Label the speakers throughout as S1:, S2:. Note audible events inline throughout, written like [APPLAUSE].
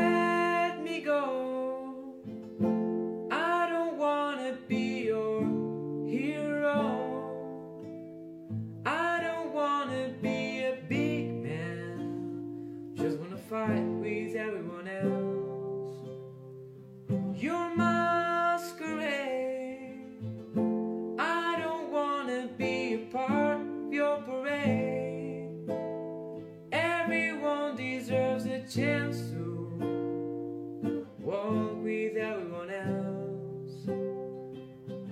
S1: Let me go. I don't wanna be your hero. I don't wanna be a big man. Just wanna fight with everyone else. Your masquerade. I don't wanna be a part of your parade. Everyone deserves a chance to walk with everyone else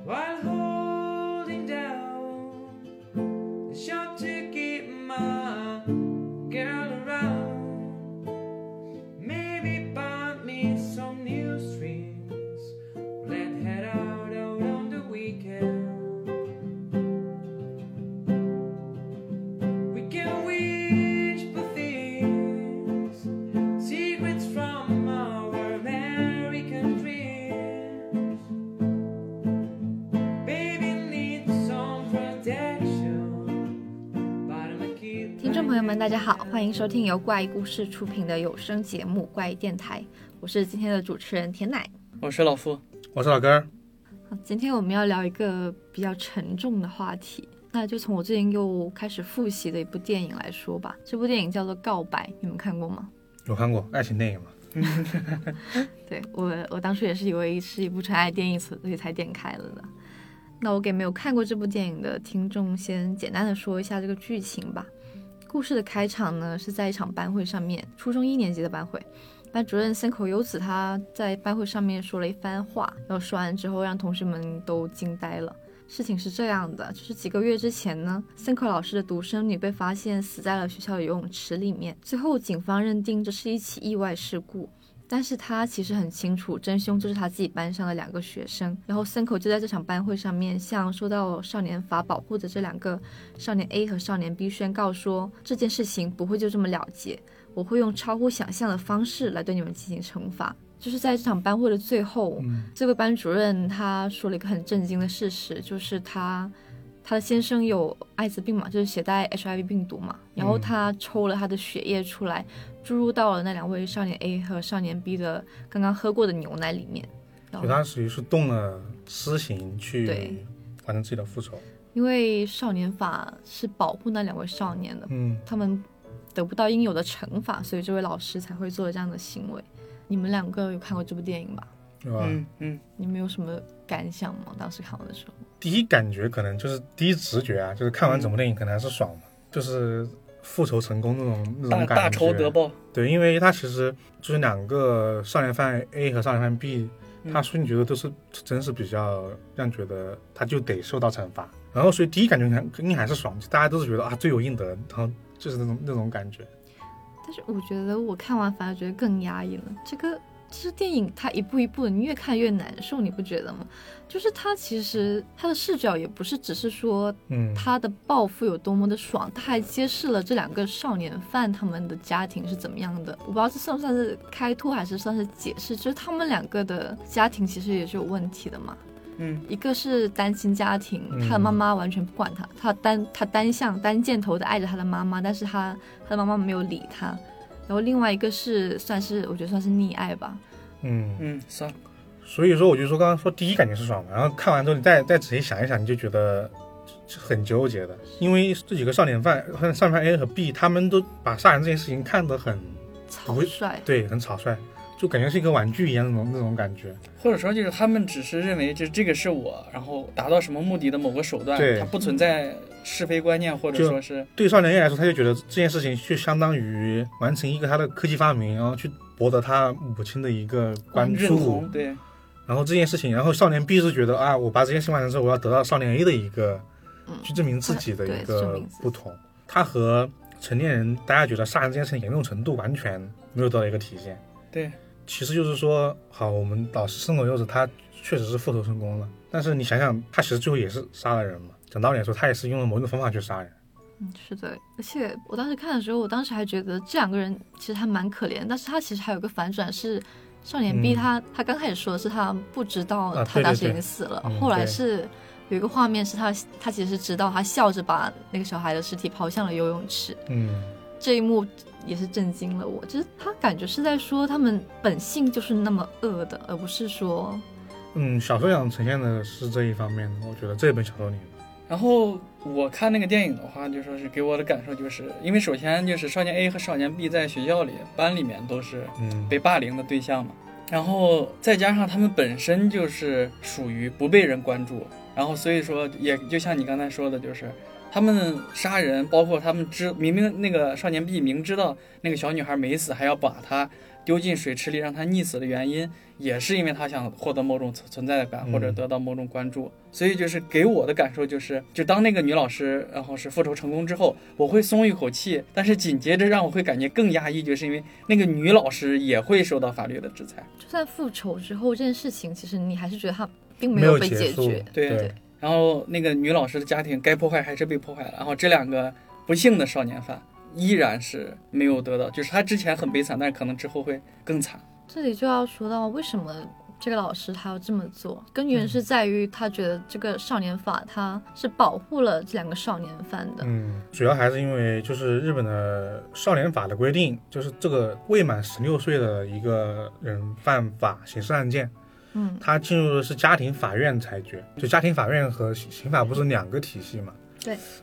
S1: while holding down the shop to keep my girl around. Maybe buy me some new strings. Let's head out, out on the weekend. We can whisper things, secrets from our American dreams. Baby needs some protection, but I'm a kid.
S2: 听众朋友们，大家好，欢迎收听由怪异故事出品的有声节目《怪异电台》，我是今天的主持人田奶。
S3: 我是老夫，
S4: 我是老根儿，
S2: 好今天我们要聊一个比较沉重的话题，那就从我最近又开始复习的一部电影来说吧。这部电影叫做《告白》，你们看过吗？
S4: 有看过爱情电影吗？
S2: 对我，我当初也是以为是一部纯爱电影，所以才点开了的。那我给没有看过这部电影的听众先简单的说一下这个剧情吧。故事的开场呢是在一场班会上面，初中一年级的班会，班主任森口优子他在班会上面说了一番话，然后说完之后让同学们都惊呆了。事情是这样的，就是几个月之前呢，森口老师的独生女被发现死在了学校游泳池里面，最后警方认定这是一起意外事故，但是他其实很清楚，真凶就是他自己班上的两个学生。然后森口就在这场班会上面，向受到少年法保护的这两个少年 A 和少年 B 宣告说，这件事情不会就这么了结，我会用超乎想象的方式来对你们进行惩罚。就是在这场班会的最后，
S4: 嗯，
S2: 这位班主任他说了一个很震惊的事实，就是他他的先生有艾滋病嘛，就是携带 HIV 病毒嘛，然后他抽了他的血液出来，注入到了那两位少年 A 和少年 B 的刚刚喝过的牛奶里面。然
S4: 就
S2: 后
S4: 他属于是动了私刑去
S2: 对
S4: 完成自己的复仇，
S2: 因为少年法是保护那两位少年的，
S4: 嗯，
S2: 他们得不到应有的惩罚，所以这位老师才会做这样的行为。你们两个有看过这部电影吧？
S4: 对吧？
S3: 嗯嗯，
S2: 你们有什么感想吗？当时看完的时候，
S4: 第一感觉可能就是第一直觉啊，就是看完整部电影可能还是爽嘛，就是复仇成功那种那
S3: 大
S4: 种感觉，
S3: 大仇得报，
S4: 对，因为他其实就是两个少年犯 A 和少年犯 B，
S3: 嗯
S4: 他所以你觉得都是真是比较让觉得他就得受到惩罚，然后所以第一感觉肯肯定还是爽，就大家都是觉得啊罪有应得，然后就是那种那种感觉，
S2: 但是我觉得我看完反而觉得更压抑了。这个其实电影它一步一步的，你越看越难受，你不觉得吗？就是它其实它的视角也不是只是说
S4: 嗯，
S2: 他的报复有多么的爽，他还揭示了这两个少年犯他们的家庭是怎么样的。我不知道这算不算是开脱，还是算是解释，就是他们两个的家庭其实也是有问题的嘛。
S3: 嗯，
S2: 一个是单亲家庭，
S4: 嗯
S2: 他的妈妈完全不管他，他单他单向单箭头的爱着他的妈妈，但是他他的妈妈没有理他。然后另外一个是算是我觉得算是溺爱吧，
S4: 嗯，
S3: 嗯，算了，
S4: 所以说我就说刚刚说第一感觉是爽的，然后看完之后你再再仔细想一想，你就觉得是很纠结的，因为这几个少年犯少年犯 A 和 B 他们都把杀人这件事情看得很
S2: 草
S4: 不会 [LAUGHS]
S2: 率。
S4: 对很草率，就感觉是一个玩具一样那种那种感觉，
S3: 或者说就是他们只是认为这这个是我，然后达到什么目的的某个手段，
S4: 对
S3: 它不存在是非观念，或者
S4: 就
S3: 说是
S4: 对少年 A 来说，他就觉得这件事情就相当于完成一个他的科技发明，然后去博得他母亲的一个关
S3: 认
S4: 注
S3: 同，，对，
S4: 然后这件事情，然后少年 B 是觉得啊，我把这件事情完成之后，我要得到少年 A 的一个
S2: 嗯，
S4: 去证明自己的
S2: 对
S4: 一
S2: 证
S4: 个
S2: 明自己
S4: 不同。他和成年人，大家觉得杀人这件事情严重程度完全没有得到一个体现。
S3: 对，
S4: 其实就是说，好，我们老师生口柚子，他确实是复仇成功了，但是你想想，他其实最后也是杀了人嘛。讲道理来说，他也是用了某种方法去杀人。
S2: 嗯，是的，而且我当时看的时候，我当时还觉得这两个人其实还蛮可怜，但是他其实还有个反转是，少年 B
S4: 嗯
S2: 他、他刚开始说的是他不知道
S4: 啊
S2: 他
S4: 对
S2: 当
S4: 对
S2: 时已
S4: 对
S2: 经死了，
S4: 嗯
S2: 后来
S4: 对
S2: 是有一个画面是他他其实是知道，他笑着把那个小孩的尸体抛向了游泳池，
S4: 嗯，
S2: 这一幕也是震惊了我，就是他感觉是在说他们本性就是那么恶的，而不是说
S4: 嗯，小说想呈现的是这一方面的，我觉得这本小说里面，
S3: 然后我看那个电影的话，就说是给我的感受，就是因为首先就是少年 A 和少年 B 在学校里班里面都是
S4: 嗯，
S3: 被霸凌的对象嘛，然后再加上他们本身就是属于不被人关注，然后所以说也就像你刚才说的，就是他们杀人，包括他们知明明那个少年 B 明知道那个小女孩没死，还要把她丢进水池里让她溺死的原因，也是因为他想获得某种存存在感
S4: 嗯
S3: 或者得到某种关注。所以就是给我的感受就是，就当那个女老师然后是复仇成功之后，我会松一口气，但是紧接着让我会感觉更压抑，就是因为那个女老师也会受到法律的制裁。
S2: 就算复仇之后这件事情，其实你还是觉得他并
S4: 没
S2: 有被
S4: 结
S2: 解
S4: 束
S2: 决，，
S3: 对然后那个女老师的家庭该破坏还是被破坏了，然后这两个不幸的少年犯依然是没有得到，就是他之前很悲惨，但是可能之后会更惨。
S2: 这里就要说到为什么这个老师他要这么做，根
S4: 嗯
S2: 源是在于他觉得这个少年法他是保护了这两个少年犯的。
S4: 嗯，主要还是因为就是日本的少年法的规定，就是这个未满十六岁的一个人犯法刑事案件，
S2: 嗯，
S4: 他进入的是家庭法院裁决，就家庭法院和刑刑法不是两个体系嘛？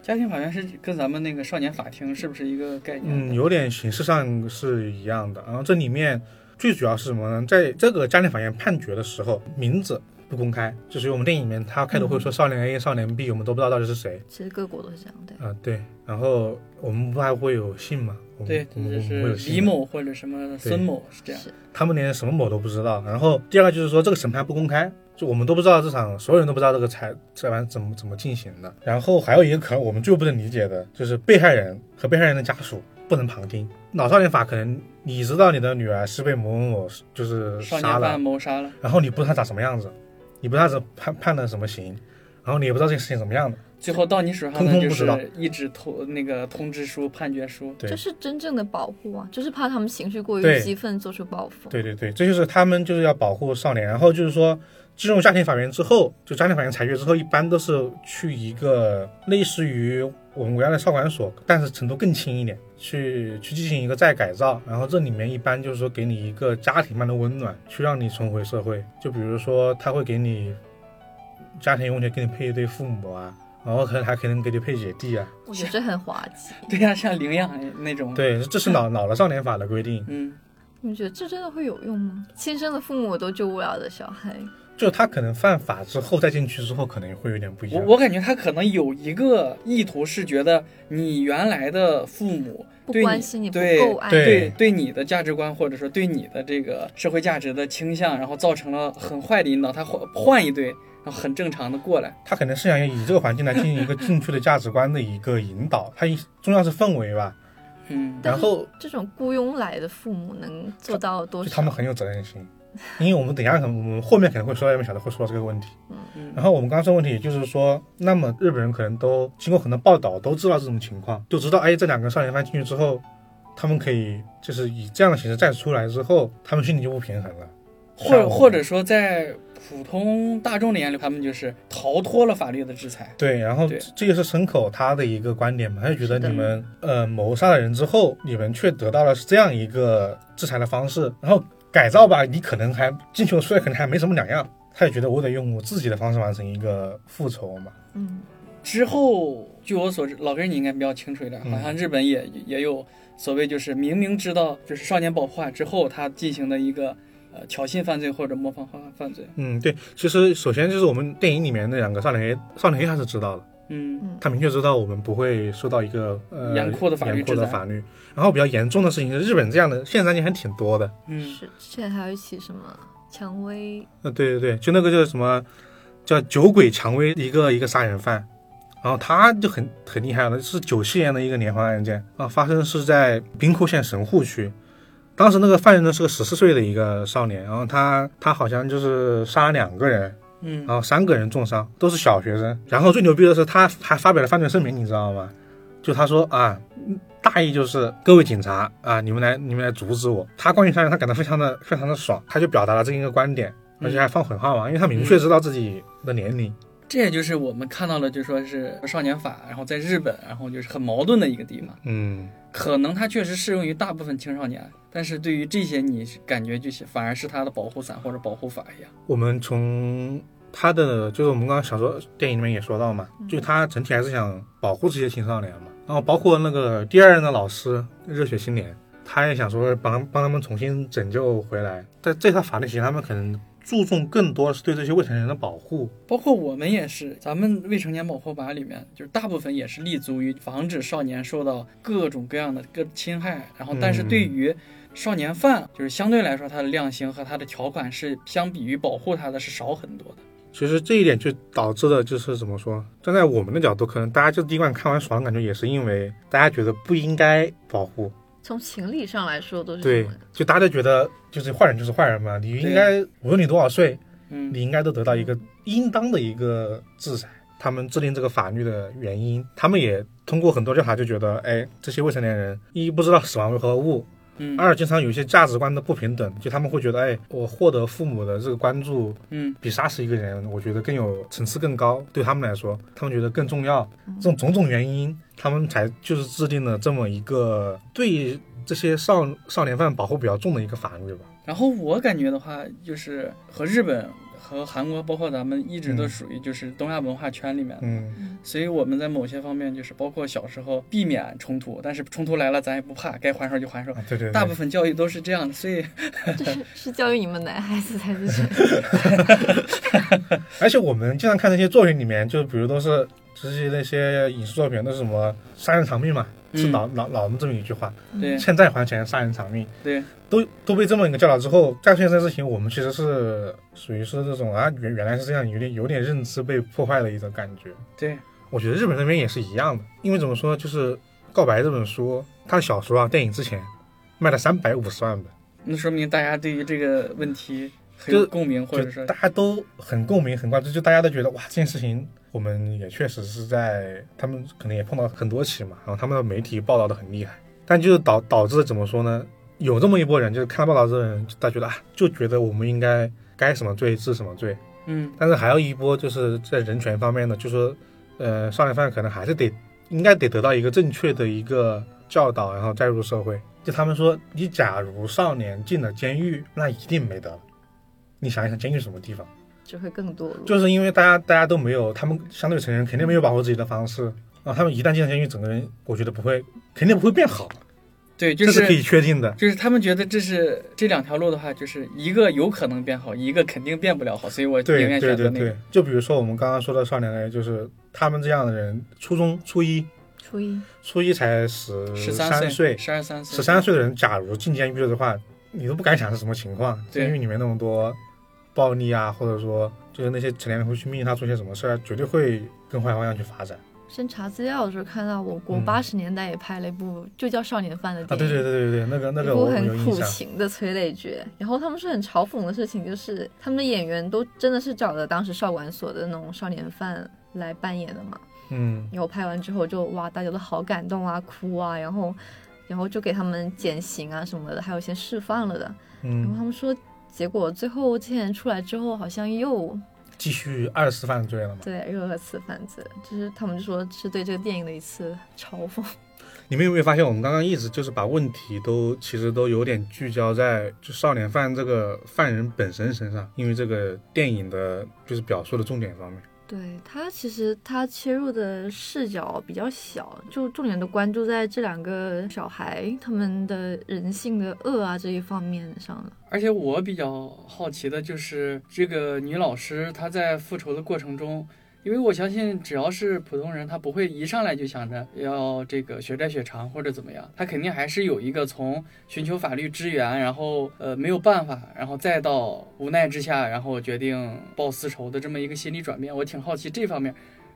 S3: 家庭法院是跟咱们那个少年法庭是不是一个概念？
S4: 嗯，有点形式上是一样的。然后这里面最主要是什么呢？在这个家庭法院判决的时候，名字不公开，就是我们电影里面他开头会说少年 A、少年 B，我们都不知道到底是谁。
S2: 其实各国都是这样，对。
S4: 啊、对。然后我们不还会有姓吗？我们
S3: 对，
S4: 我们
S3: 就
S4: 嗯我们
S3: 是
S4: 会有姓
S3: 李
S4: 吗
S3: 某或者什么孙某是这样。
S2: 是，
S4: 他们连什么某都不知道。然后第二个就是说，这个审判不公开，就我们都不知道这场，所有人都不知道这个裁裁判怎么怎么进行的。然后还有一个可能我们最不能理解的就是被害人和被害人的家属不能旁听。老少年法可能你知道你的女儿是被某某某就是
S3: 少
S4: 杀
S3: 年
S4: 了
S3: 犯，谋杀了，
S4: 然后你不知道她长什么样子，你不知道她判判了什么刑，然后你也不知道这件事情怎么样的。
S3: 最后到你手上
S4: 通
S3: 的
S4: 通
S3: 就
S4: 不知道
S3: 是一纸通那个通知书、判决书。
S4: 对
S2: 这是真正的保护啊，就是怕他们情绪过于
S4: 对
S2: 激愤做出报复。
S4: 对对对，这就是他们就是要保护少年，然后就是说进入家庭法院之后，就家庭法院裁决之后，一般都是去一个类似于我们国家的少管所，但是程度更轻一点，去去进行一个再改造，然后这里面一般就是说给你一个家庭般的温暖，去让你重回社会，就比如说他会给你家庭用钱给你配一对父母啊。然后可能还可能给你配姐弟啊，
S2: 我觉得这很滑稽。
S3: 对呀、像领养那种。，
S4: 对，这是老老了少年法的规定，
S3: 嗯，
S2: 你们觉得这真的会有用吗？亲生的父母都救不了的小孩，
S4: 就他可能犯法之后再进去之后，可能会有点不一
S3: 我
S4: 样。
S3: 我感觉他可能有一个意图是觉得你原来的父母
S2: 不
S3: 对你
S2: 关心你，不
S3: 对
S2: 够爱你，
S4: 对
S3: 对对你的价值观或者说对你的这个社会价值的倾向，然后造成了很坏的引导，他换换一对，然后很正常的过来。
S4: 他可能是想要以这个环境来进行一个正确的价值观的一个引
S2: [LAUGHS]
S4: 导，他重要是氛围吧。
S3: 嗯，
S2: 但
S4: 然
S2: 是
S4: 后
S2: 这种雇佣来的父母能做到多
S4: 就
S2: 少？
S4: 他们很有责任心，因为我们等一下可能我们后面可能会说到，我们小的会说到这个问题。
S3: 嗯
S4: 然后我们刚刚说问题，也就是说，那么日本人可能都经过很多报道都知道这种情况，就知道哎，这两个少年犯进去之后，他们可以就是以这样的形式再出来之后，他们心里就不平衡了，
S3: 或者
S4: 像我
S3: 或者说在普通大众的眼里，他们就是逃脱了法律的制裁。
S4: 对，然后
S3: 对
S4: 这个是牲口他的一个观点嘛，他就觉得
S2: 是的
S4: 你们呃谋杀了人之后，你们却得到了这样一个制裁的方式，然后改造吧，你可能还进球出来可能还没什么两样，他也觉得我得用我自己的方式完成一个复仇嘛，
S2: 嗯，
S3: 之后，据我所知，老根儿你应该比较清楚一点，
S4: 嗯
S3: 好像日本也也有所谓就是明明知道就是少年保护法之后，他进行的一个呃挑衅犯罪或者模仿犯犯罪。
S4: 嗯，对，其实首先就是我们电影里面那两个少年 A，少年 A 他是知道的，
S3: 嗯
S4: 他明确知道我们不会受到一个呃
S3: 严酷的法律
S4: 严酷的
S3: 制裁
S4: 法律，然后比较严重的事情是日本这样的现实案件还挺多的，
S3: 嗯，
S2: 是之前还有一起什么蔷薇，
S4: 呃，对对对，就那个叫什么，叫酒鬼蔷薇，一个一个杀人犯，然后他就很很厉害了，是九七年的一个连环案件啊，发生是在兵库县神户区。当时那个犯人呢是个十四岁的一个少年，然后他他好像就是杀了两个人，
S3: 嗯
S4: 然后啊三个人重伤，都是小学生。然后最牛逼的是，他还发表了犯罪声明，你知道吗？就他说啊，大意就是各位警察啊，你们来你们来阻止我。他关于杀人，他感到非常的非常的爽，他就表达了这样一个观点，而且还放狠话嘛，因为他明确知道自己的年龄。
S3: 这也就是我们看到了，就说是少年法，然后在日本，然后就是很矛盾的一个地方。
S4: 嗯，
S3: 可能它确实适用于大部分青少年，但是对于这些，你是感觉就是反而是它的保护伞或者保护法一样。
S4: 我们从他的就是我们刚刚想说，电影里面也说到嘛，就他整体还是想保护这些青少年嘛。然后包括那个第二任的老师热血青年，他也想说帮帮他们重新拯救回来。在这套法律下，他们可能注重更多是对这些未成年人的保护。
S3: 包括我们也是，咱们未成年保护法里面，就是大部分也是立足于防止少年受到各种各样的各侵害，然后但是
S4: 嗯
S3: 对于少年犯，就是相对来说它的量刑和它的条款是相比于保护他的是少很多的。
S4: 其实这一点就导致了，就是怎么说，站在我们的角度，可能大家就第一观看完爽，感觉也是因为大家觉得不应该保护，
S2: 从情理上来说都是
S4: 对
S2: 什么，
S4: 就大家觉得就是坏人就是坏人嘛，你应该无论你多少岁，
S3: 嗯，
S4: 你应该都得到一个应当的一个制裁。他们制定这个法律的原因，他们也通过很多调查就觉得，哎，这些未成年人一不知道死亡为何物，
S3: 嗯
S4: 二经常有一些价值观的不平等，就他们会觉得，哎，我获得父母的这个关注
S3: 嗯
S4: 比杀死一个人，我觉得更有层次更高，对他们来说，他们觉得更重要。
S3: 嗯
S4: 这种种种原因，他们才就是制定了这么一个对这些少少年犯保护比较重的一个法律吧。
S3: 然后我感觉的话，就是和日本和韩国，包括咱们一直都
S4: 嗯
S3: 属于就是东亚文化圈里面，
S4: 嗯，
S3: 所以我们在某些方面就是包括小时候避免冲突，但是冲突来了咱也不怕，该还手就还手。
S4: 啊对对对，
S3: 大部分教育都是这样的，所以
S2: 这是是教育你们男孩子才是这样
S4: 而且我们经常看那些作品里面，就比如都是就是那些影视作品都是什么杀人偿命嘛，是
S3: 嗯
S4: 老老老们这么一句话，
S3: 对
S4: 欠债还钱，杀人偿命。
S3: 对，
S4: 都都被这么一个教导之后，再出现这件事情，我们其实是属于是这种啊，原原来是这样，有点有点认知被破坏的一种感觉。
S3: 对，
S4: 我觉得日本那边也是一样的，因为怎么说呢，就是《告白》这本书，它的小说啊，电影之前卖了三百五十万本，
S3: 那说明大家对于这个问题很有
S4: 就
S3: 共鸣，或者
S4: 就
S3: 说
S4: 大家都很共鸣、很关注，就大家都觉得哇，这件事情我们也确实是在他们可能也碰到很多起嘛，然后他们的媒体报道的很厉害，但就是导导致怎么说呢？有这么一波人，就是看到报道的人，就大家觉得啊，就觉得我们应该该什么罪治什么罪，
S3: 嗯
S4: 但是还有一波就是在人权方面呢，就是说，呃，少年犯可能还是得应该得得到一个正确的一个教导，然后再入社会。就他们说，你假如少年进了监狱，那一定没得了。你想一想，监狱是什么地方？
S2: [LAUGHS] 只会更堕落。
S4: 就是因为大家大家都没有，他们相对成人肯定没有保护自己的方式，然后他们一旦进了监狱，整个人我觉得不会，肯定不会变好，
S3: 对， [LAUGHS] 就
S4: 这是可以
S3: 是
S4: 确定的。
S3: 就是他们觉得这是这两条路的话，就是一个有可能变好，一个肯定变不了好，所以我宁
S4: 对
S3: 愿
S4: 对
S3: 选择
S4: 对
S3: 那个
S4: 对。，就比如说我们刚刚说的少年 A，就是他们这样的人，初中初一
S2: 初一，
S4: 初一才十
S3: 十
S4: 三
S3: 岁，
S4: 岁，
S3: 十二三岁，
S4: 十三岁的人，假如进监狱的话，你都不敢想是什么情况。
S3: 对
S4: 监狱里面那么多暴力啊，或者说就是那些成年人会去命令啊他做些什么事儿，绝对会更坏方向去发展
S2: 先查资料的时候看到，我国
S4: 嗯
S2: 八十年代也拍了一部就叫《少年犯》的
S4: 啊！
S2: 电影。
S4: 对对对对对，那个那
S2: 一
S4: 个
S2: 部
S4: 我有
S2: 很
S4: 印
S2: 苦
S4: 象。
S2: 情的催泪剧，然后他们是很嘲讽的事情，就是他们的演员都真的是找了当时少管所的那种少年犯来扮演的嘛，
S4: 嗯，
S2: 然后拍完之后就哇，大家都好感动啊，哭啊，然后然后就给他们减刑啊什么的，还有一些释放了的，然后
S4: 嗯，
S2: 他们说，结果最后这些人出来之后好像又
S4: 继续二次犯罪了嘛？
S2: 对又二次犯罪，就是他们就说是对这个电影的一次嘲讽，
S4: 你们有没有发现，我们刚刚一直就是把问题都其实都有点聚焦在就少年犯这个犯人本身身上，因为这个电影的就是表述的重点方面。
S2: 对他其实他切入的视角比较小，就重点的关注在这两个小孩他们的人性的恶啊这一方面上了。
S3: 而且我比较好奇的就是，这个女老师她在复仇的过程中，因为我相信只要是普通人，她不会一上来就想着要这个血债血偿或者怎么样，她肯定还是有一个从寻求法律支援，然后呃没有办法，然后再到无奈之下，然后决定报私仇的这么一个心理转变。我挺好奇这方面。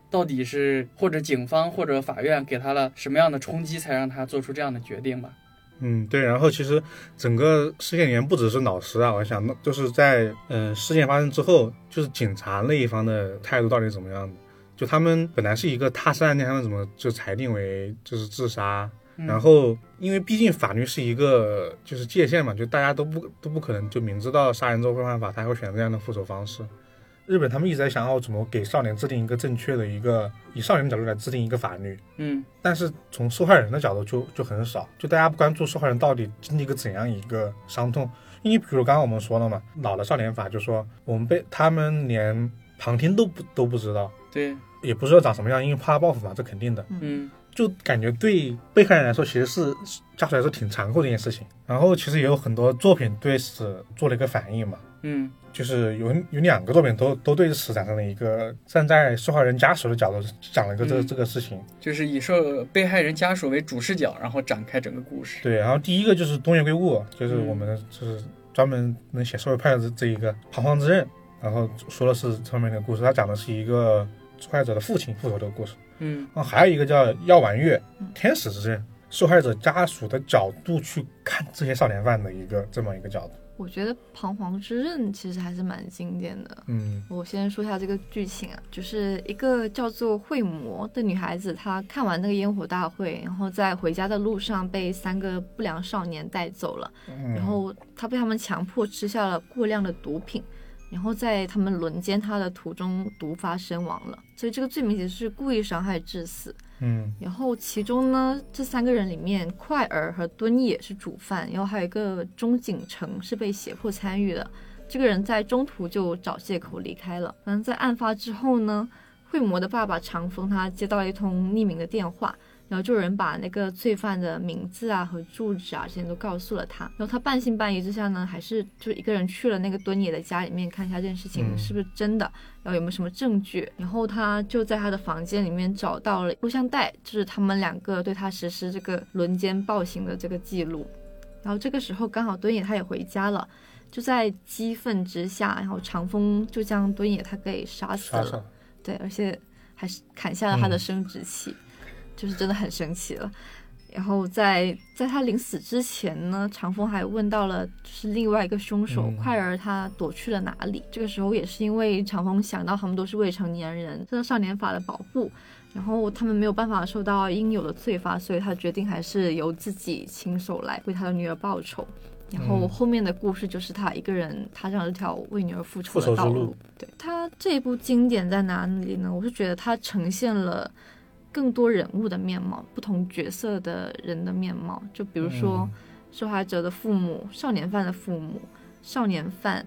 S3: 到底是或者警方或者法院给她了什么样的冲击，才让她做出这样的决定吧？
S4: 嗯，对。然后其实整个事件里面不只是老师啊，我想到就是在呃事件发生之后，就是警察那一方的态度到底怎么样的？就他们本来是一个他杀案件，他们怎么就裁定为就是自杀？
S3: 嗯
S4: 然后因为毕竟法律是一个就是界限嘛，就大家都不都不可能就明知道杀人之后会犯法，他还会选择这样的复仇方式。日本他们一直在想要怎么给少年制定一个正确的一个，以少年的角度来制定一个法律，
S3: 嗯
S4: 但是从受害人的角度就就很少，就大家不关注受害人到底经历一个怎样一个伤痛。因为比如刚刚我们说了嘛，老的少年法就说我们被他们连旁听都不都不知道，
S3: 对，
S4: 也不知道长什么样，因为怕报复嘛，这肯定的。
S3: 嗯
S4: 就感觉对被害人来说，其实是家属来说挺残酷的一件事情。然后其实也有很多作品对此做了一个反应嘛，
S3: 嗯
S4: 就是有有两个作品都都对此产生了一个站在受害人家属的角度讲了一个这、
S3: 嗯
S4: 这个事情。
S3: 就是以受被害人家属为主视角，然后展开整个故事。
S4: 对，然后第一个就是东野圭吾，就是
S3: 嗯
S4: 我们就是专门能写社会派的这这一个彷徨之刃，然后说的是这方面的故事，他讲的是一个受害者的父亲复仇的故事。
S3: 嗯
S4: 然后还有一个叫药丸月
S2: 嗯
S4: 天使之刃，受害者家属的角度去看这些少年犯的一个这么一个角度。
S2: 我觉得《彷徨之刃》其实还是蛮经典的。
S4: 嗯
S2: 我先说一下这个剧情啊，就是一个叫做惠魔的女孩子，她看完那个烟火大会，然后在回家的路上被三个不良少年带走了，
S4: 嗯，
S2: 然后她被他们强迫吃下了过量的毒品，然后在他们轮奸她的途中毒发身亡了。所以这个罪名其实是故意伤害致死。
S4: 嗯
S2: 然后其中呢，这三个人里面，快儿和敦也是主犯，然后还有一个钟景成是被胁迫参与的。这个人在中途就找借口离开了。反正，在案发之后呢，惠魔的爸爸长风他接到了一通匿名的电话，然后就有人把那个罪犯的名字啊和住址啊这些都告诉了他。然后他半信半疑之下呢，还是就一个人去了那个敦也的家里面看一下这件事情
S4: 嗯
S2: 是不是真的。然后有没有什么证据？然后他就在他的房间里面找到了录像带，就是他们两个对他实施这个轮奸暴行的这个记录。然后这个时候刚好敦也他也回家了，就在激愤之下，然后长风就将敦也他给杀死
S4: 杀
S2: 了，
S4: 手，
S2: 对，而且还是砍下了他的
S4: 嗯
S2: 生殖器，就是真的很生气了。然后在在他临死之前呢，长风还问到了就是另外一个凶手、
S4: 嗯
S2: 快儿他躲去了哪里。这个时候也是因为长风想到他们都是未成年人，受到少年法的保护，然后他们没有办法受到应有的罪罚，所以他决定还是由自己亲手来为他的女儿报仇。然后
S4: 嗯
S2: 后面的故事就是他一个人踏上了这条为女儿复仇
S4: 复仇
S2: 的
S4: 之
S2: 道
S4: 路。
S2: 对他这部经典在哪里呢？我是觉得它呈现了更多人物的面貌，不同角色的人的面貌。就比如
S4: 嗯
S2: 说受害者的父母、少年犯的父母、少年犯、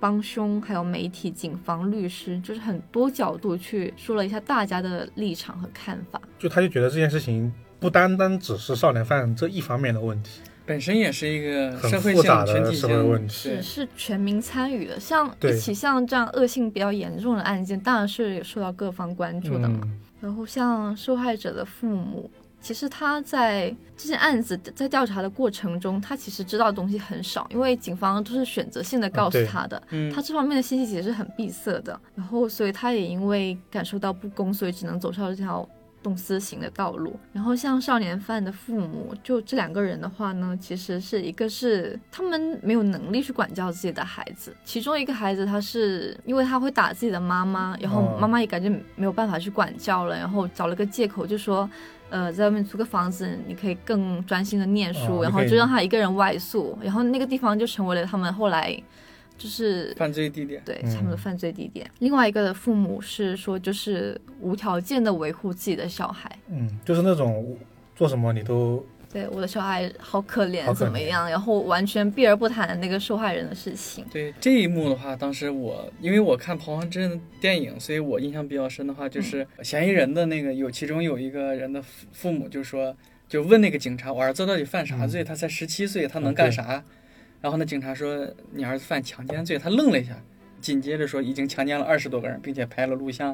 S2: 帮凶，还有媒体、警方、律师，就是很多角度去说了一下大家的立场和看法。
S4: 就他就觉得这件事情不单单只是少年犯这一方面的问题，
S3: 本身也是一个
S4: 很
S3: 社会
S4: 复
S3: 性
S4: 杂、的
S3: 群体性
S4: 社会问题
S2: 是
S3: 对
S2: 是全民参与的，像一
S4: 对
S2: 起像这样恶性比较严重的案件，当然是受到各方关注的嘛。
S4: 嗯
S2: 然后像受害者的父母，其实他在这件案子在调查的过程中，他其实知道的东西很少，因为警方都是选择性的告诉
S4: 对
S2: 他的，
S3: 嗯，
S2: 他这方面的信息其实是很闭塞的。然后，所以他也因为感受到不公，所以只能走上这条动私刑的道路。然后，像少年犯的父母，就这两个人的话呢，其实是一个是他们没有能力去管教自己的孩子，其中一个孩子他是因为他会打自己的妈妈，然后
S4: 哦
S2: 妈妈也感觉没有办法去管教了，然后找了个借口就说。呃，在外面租个房子，你可以更专心的念书，
S4: 哦
S2: 然后
S4: 你可以
S2: 就让他一个人外宿，然后那个地方就成为了他们后来就是
S3: 犯罪地点。
S2: 对
S4: 嗯
S2: 他们的犯罪地点。另外一个的父母是说，就是无条件的维护自己的小孩，
S4: 嗯，就是那种做什么你都
S2: 对我的小孩好可
S4: 好
S2: 怜，
S4: 可
S2: 怎么样？然后完全避而不谈那个受害人的事情。
S3: 对这一幕的话，当时我因为我看《彷徨之刃》的电影，所以我印象比较深的话，就是
S2: 嗯
S3: 嫌疑人的那个有其中有一个人的父父母就说，就问那个警察，我儿子到底犯啥罪？
S4: 嗯
S3: 他才十七岁，他能干啥？然后那警察说，你儿子犯强奸罪。他愣了一下，紧接着说已经强奸了二十多个人，并且拍了录像。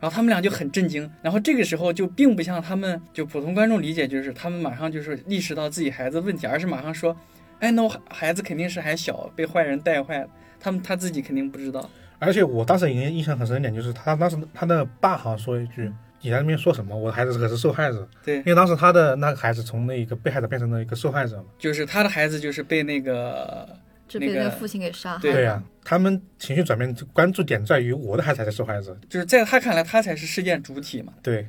S3: 然后他们俩就很震惊，然后这个时候就并不像他们就普通观众理解，就是他们马上就是意识到自己孩子问题，而是马上说，哎，那我孩孩子肯定是还小，被坏人带坏了，他们他自己肯定不知道。
S4: 而且我当时印印象很深一点，就是他当时他的爸好像说一句：“你在那边说什么？我的孩子可是受害者。”
S3: 对
S4: 因为当时他的那个孩子从那一个被害者变成了一个受害者嘛。
S3: 就是他的孩子就是被那个
S2: 就
S3: 那
S2: 被那
S3: 个
S2: 个父亲给杀害了。
S3: 对
S4: 对呀、他们情绪转变就关注点在于我的孩子才是受害者。
S3: 就是在他看来他才是事件主体嘛。
S4: 对，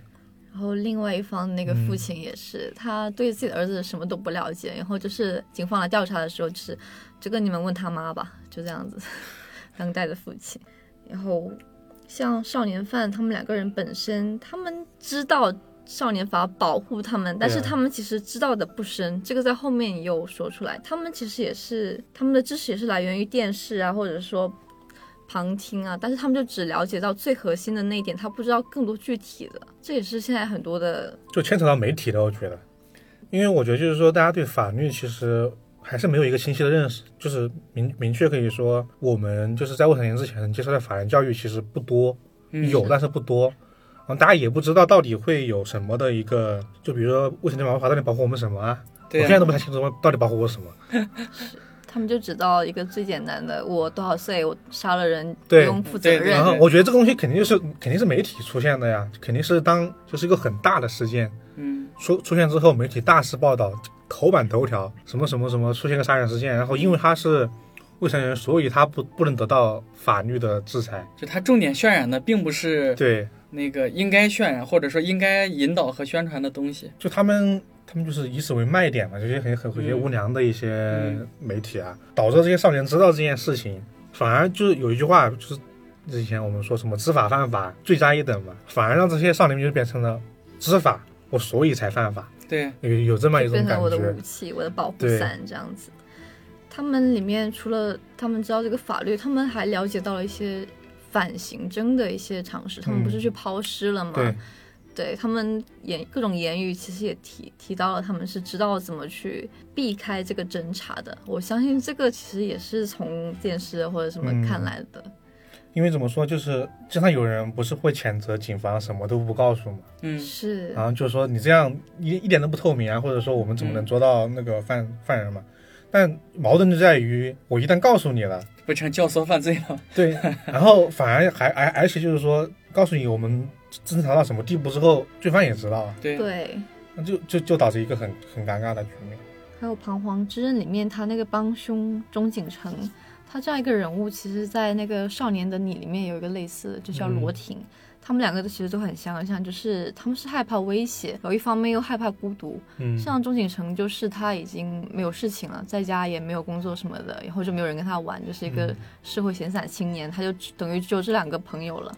S2: 然后另外一方那个父亲也是，他对自己的儿子什么都不了解，然后就是警方来调查的时候，就是这个你们问他妈吧，就这样子，当代的父亲。然后像少年犯他们两个人本身，他们知道少年法保护他们，但是他们其实知道的不深，这个在后面也有说出来。他们其实也是他们的知识也是来源于电视啊，或者说旁听啊，但是他们就只了解到最核心的那一点，他不知道更多具体的。这也是现在很多的
S4: 就牵扯到媒体了，我觉得，因为我觉得就是说，大家对法律其实还是没有一个清晰的认识，就是明明确可以说，我们就是在未成年之前接受的法律教育其实不多，
S3: 嗯
S4: 有但是不多，然后大家也不知道到底会有什么的一个，就比如说未成年保护法到底保护我们什么啊？
S3: 对
S4: 我现在
S3: 呀、
S4: 都不太清楚到底保护我什么。
S2: 他们就只到一个最简单的，我多少岁，我杀了人不
S4: 对
S2: 用负责
S3: 对对
S4: 然
S2: 任。
S4: 后我觉得这个东西肯定就是肯定是媒体出现的呀，肯定是当就是一个很大的事件
S3: 嗯，
S4: 出出现之后，媒体大肆报道，头版头条，什么什么什么出现个杀人事件，然后因为他是未成年人，所以他不不能得到法律的制裁。
S3: 就它重点渲染的并不是
S4: 对，
S3: 那个应该渲染或者说应该引导和宣传的东西。
S4: 就他们他们就是以此为卖点嘛，就是很很有些
S3: 嗯
S4: 无良的一些
S3: 嗯
S4: 媒体啊，导致这些少年知道这件事情，反而就是有一句话就是。之前我们说什么知法犯法，罪加一等嘛，反而让这些少年就变成了知法，我所以才犯法，
S3: 对，
S4: 有有这么一
S2: 就
S4: 种
S2: 变
S4: 感
S2: 成我的
S4: 觉
S2: 武。器，我的保护
S4: 对
S2: 伞这样子。他们里面除了他们知道这个法律，他们还了解到了一些反刑侦的一些常识。他们不是去抛尸了吗？
S4: 嗯对，
S2: 对他们言各种言语其实也提提到了，他们是知道怎么去避开这个侦查的。我相信这个其实也是从电视或者什么
S4: 嗯
S2: 看来的。
S4: 因为怎么说，就是经常有人不是会谴责警方什么都不告诉嘛，
S3: 嗯，
S2: 是，
S4: 然后就说你这样一一点都不透明啊，或者说我们怎
S2: 嗯
S4: 么能捉到那个犯、犯人嘛？但矛盾就在于，我一旦告诉你了，
S3: 不成教唆犯罪了。
S4: 对，然后反而还而而且就是说，告诉你我们侦查到什么地步之后，罪犯也知道啊，
S3: [LAUGHS] 对，
S2: 对。
S4: 那就就就导致一个很很尴尬的局面。
S2: 还有《彷徨之刃》里面他那个帮凶钟景城，他这样一个人物，其实，在那个《少年的你》里面有一个类似的，就叫罗婷。他们两个都其实都很相像，就是他们是害怕威胁，然后一方面又害怕孤独。
S4: 嗯
S2: 像钟景城，就是他已经没有事情了，在家也没有工作什么的，然后就没有人跟他玩，就是一个社会闲散青年，他就只等于只有这两个朋友了。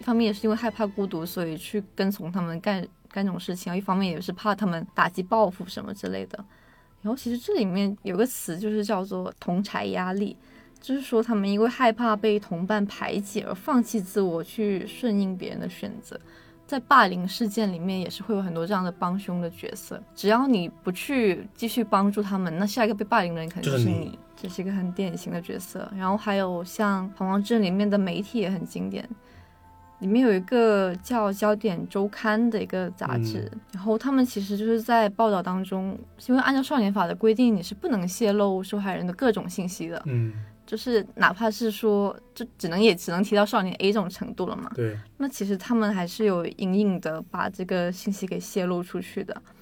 S2: 一方面也是因为害怕孤独，所以去跟从他们干干这种事情；一方面也是怕他们打击报复什么之类的。然后其实这里面有个词就是叫做同柴压力，就是说他们因为害怕被同伴排挤而放弃自我，去顺应别人的选择。在霸凌事件里面也是会有很多这样的帮凶的角色，只要你不去继续帮助他们，那下一个被霸凌的人肯定
S4: 就是
S2: 是
S4: 你
S2: 你。这是一个很典型的角色。然后还有像《彷徨之刃》里面的媒体也很经典，里面有一个叫《焦点周刊》的一个杂
S4: 嗯
S2: 志，然后他们其实就是在报道当中，因为按照少年法的规定，你是不能泄露受害人的各种信息的，
S4: 嗯，
S2: 就是哪怕是说，就只能也只能提到少年 A 这种程度了嘛。
S4: 对，
S2: 那其实他们还是有隐隐的把这个信息给泄露出去的。
S4: 嗯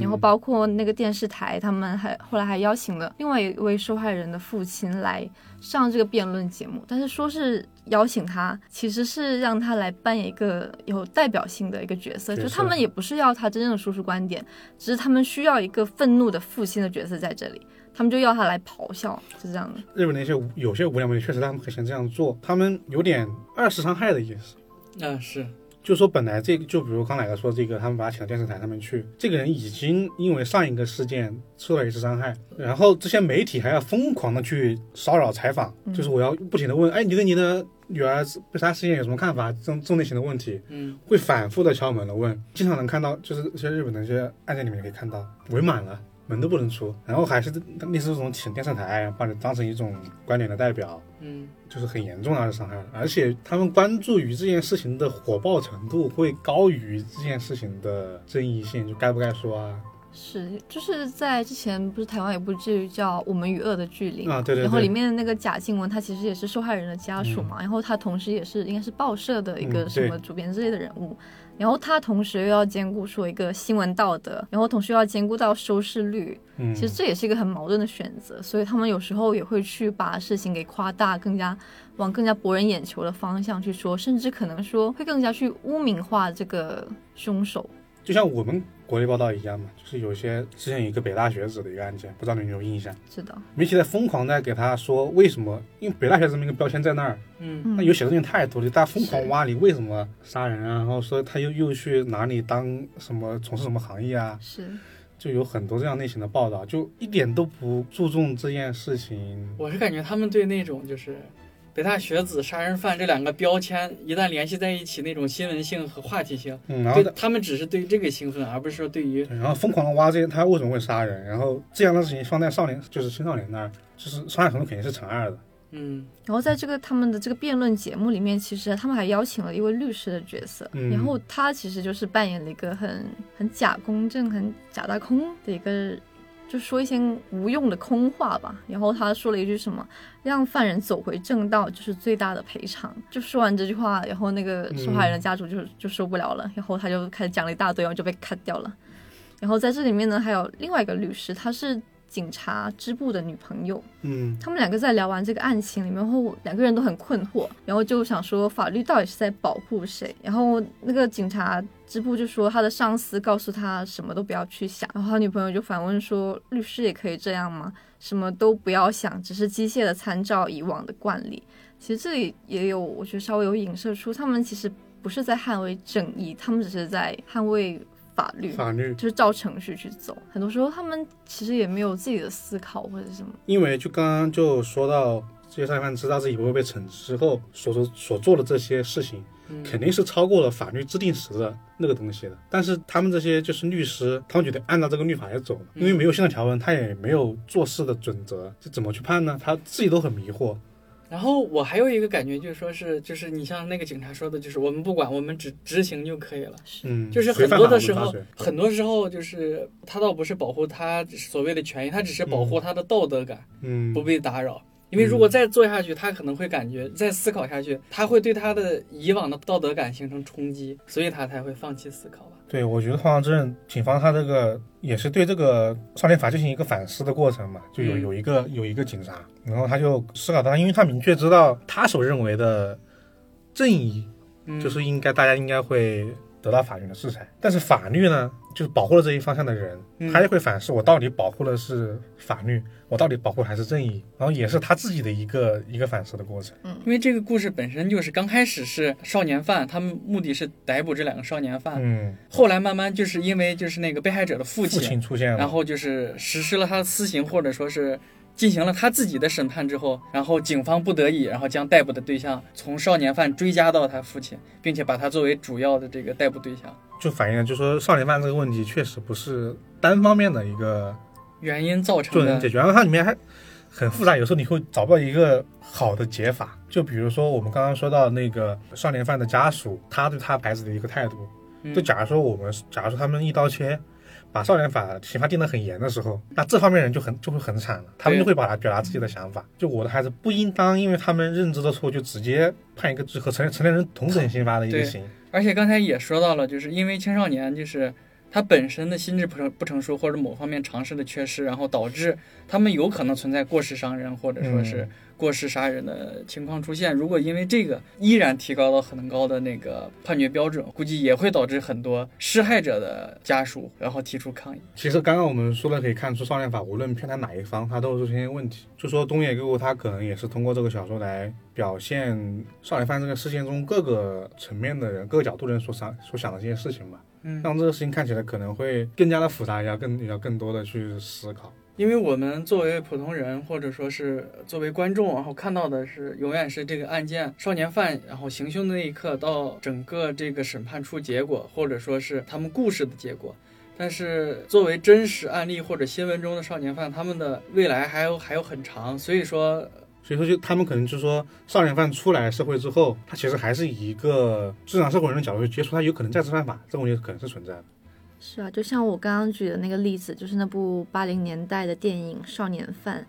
S2: 然后包括那个电视台，他们还后来还邀请了另外一位受害人的父亲来上这个辩论节目，但是说是邀请他，其实是让他来扮演一个有代表性的一个角色，
S4: 角
S2: 就
S4: 色
S2: 他们也不是要他真正的输出观点，只是他们需要一个愤怒的父亲的角色在这里，他们就要他来咆哮，是这样的。
S4: 日本那些无有些无良媒体确实他们很喜欢这样做，他们有点二次伤害的意思。
S3: 嗯、是，
S4: 就说本来这个，就比如刚来的说这个，他们把他请到电视台上面去，这个人已经因为上一个事件受到一次伤害，然后这些媒体还要疯狂的去骚扰采访，就是我要不停的问，哎，你对你的女儿被杀事件有什么看法？这种这种类型的问题，
S3: 嗯，
S4: 会反复的敲门的问，经常能看到，就是一些日本的一些案件里面可以看到，围满了。门都不能出，然后还是类似这种请电视台，把你当成一种观点的代表，
S3: 嗯，
S4: 就是很严重的二次伤害了，而且他们关注于这件事情的火爆程度会高于这件事情的争议性，就该不该说啊？
S2: 是，就是在之前不是台湾有部剧叫《我们与恶的距离》
S4: 啊，对对
S2: 然后里
S4: 对，
S2: 面的那个贾静雯，她其实也是受害人的家属嘛，然后她同时也是应该是报社的一
S4: 嗯
S2: 个什么
S4: 对
S2: 主编之类的人物，然后她同时又要兼顾说一个新闻道德，然后同时又要兼顾到收视率，
S4: 嗯，
S2: 其实这也是一个很矛盾的选择，所以他们有时候也会去把事情给夸大，更加往更加博人眼球的方向去说，甚至可能说会更加去污名化这个凶手。
S4: 就像我们国内报道一样嘛，就是有些之前有一个北大学子的一个案件，不知道你有没有印象？
S2: 知道，
S4: 媒体在疯狂在给他说为什么，因为北大学这么一个标签在那儿，
S3: 嗯
S2: 嗯
S4: 那有写的东西太多了，就大家疯狂挖你为什么杀人啊，然后说他又又去哪里当什么从事什么行业啊，
S2: 是
S4: 就有很多这样类型的报道，就一点都不注重这件事情。
S3: 我是感觉他们对那种就是北大学子、杀人犯这两个标签一旦联系在一起，那种新闻性和话题性，
S4: 嗯，然后
S3: 对
S4: 他
S3: 他们只是对这个兴奋，而不是说对于
S4: 对然后疯狂的挖这些他为什么会杀人，然后这样的事情放在少年就是青少年那儿，就是伤害程度肯定是乘二的。
S3: 嗯
S2: 然后在这个他们的这个辩论节目里面，其实他们还邀请了一位律师的角色，
S4: 嗯
S2: 然后他其实就是扮演了一个很很假公正、很假大空的一个，就说一些无用的空话吧。然后他说了一句什么“让犯人走回正道就是最大的赔偿”，就说完这句话，然后那个受害人的家属就、就受不了了，然后他就开始讲了一大堆，然后就被 cut 掉了。然后在这里面呢，还有另外一个律师，她是警察支部的女朋友。
S4: 嗯，
S2: 他们两个在聊完这个案情里面然后，两个人都很困惑，然后就想说法律到底是在保护谁？然后那个警察支部就说他的上司告诉他什么都不要去想，然后他女朋友就反问说律师也可以这样吗？什么都不要想，只是机械的参照以往的惯例。其实这里也有，我觉得稍微有影射出他们其实不是在捍卫正义，他们只是在捍卫法律。
S4: 法律，
S2: 就是照程序去走，很多时候他们其实也没有自己的思考或者什么。
S4: 因为就刚刚就说到这些杀人犯知道自己不会被惩治之后所做所做的这些事情，
S3: 嗯，
S4: 肯定是超过了法律制定时的那个东西的。但是他们这些就是律师，他们觉得按照这个律法来走，
S3: 嗯
S4: 因为没有现场条文，他也没有做事的准则，这怎么去判呢？他自己都很迷惑。
S3: 然后我还有一个感觉，就是说是，就是你像那个警察说的，就是我们不管，我们只执行就可以了。
S4: 嗯，
S3: 就是
S4: 谁
S3: 很
S4: 犯
S3: 多
S4: 法
S3: 的
S4: 不
S3: 时
S4: 抓
S3: 候
S4: 谁，
S3: 很多时候就是他倒不是保护他所谓的权益，他只是保护他的道德感
S4: 嗯
S3: 不被打扰。因为如果再做下去，他可能会感觉再思考下去，他会对他的以往的道德感形成冲击，所以他才会放弃思考吧。
S4: 对，我觉得黄长镇警方他这个也是对这个少年法进行一个反思的过程嘛，就有
S3: 嗯
S4: 有一个有一个警察，然后他就思考到，因为他明确知道他所认为的正义
S3: 嗯，
S4: 就是应该大家应该会得到法律的制裁，但是法律呢，就是保护了这一方向的人，
S3: 嗯
S4: 他也会反思我到底保护的是法律，我到底保护还是正义，然后也是他自己的一个一个反思的过程。
S3: 因为这个故事本身就是刚开始是少年犯，他们目的是逮捕这两个少年犯，
S4: 嗯，
S3: 后来慢慢就是因为就是那个被害者的啊父
S4: 父亲出现了，
S3: 然后就是实施了他的私刑，或者说是进行了他自己的审判之后，然后警方不得已，然后将逮捕的对象从少年犯追加到他父亲，并且把他作为主要的这个逮捕对象。
S4: 就反映了，就说少年犯这个问题确实不是单方面的一个。
S3: 原因造
S4: 就
S3: 成
S4: 能解
S3: 的，
S4: 决。然后它里面还很复杂，有时候你会找不到一个好的解法。就比如说我们刚刚说到那个少年犯的家属，他对他孩子的一个态度。
S3: 嗯
S4: 就假如说我们，假如说他们一刀切，把少年法刑罚定得很严的时候，那这方面人就很就会很惨了，他们
S3: 对
S4: 就会把他表达自己的想法。就我的孩子不应当因为他们认知的错就直接判一个和成成年人同等刑罚的一个
S3: 对
S4: 刑。
S3: 而且刚才也说到了，就是因为青少年就是他本身的心智不成不成熟，或者某方面常识的缺失，然后导致他们有可能存在过失伤人或者说是过失杀人的情况出现。如果因为这个依然提高到很高的那个判决标准，估计也会导致很多施害者的家属然后提出抗议。
S4: 其实刚刚我们说的可以看出，少年法无论偏袒哪一方，它都是出现问题。就说东野圭吾他可能也是通过这个小说来表现少年犯这个事件中各个层面的人、各个角度的人所想所想的这些事情吧，
S3: 嗯
S4: 让这个事情看起来可能会更加的复杂，也要更也要更多的去思考。
S3: 因为我们作为普通人，或者说是作为观众，然后看到的是永远是这个案件少年犯，然后行凶的那一刻到整个这个审判出结果，或者说是他们故事的结果。但是作为真实案例或者新闻中的少年犯，他们的未来还有还有很长，所以说
S4: 所以说，就他们可能就说，少年犯出来社会之后，他其实还是以一个正常社会人的角度去接触，他有可能再次犯法，这种也可能是存在的。
S2: 是啊，就像我刚刚举的那个例子，就是那部八零年代的电影《少年犯》，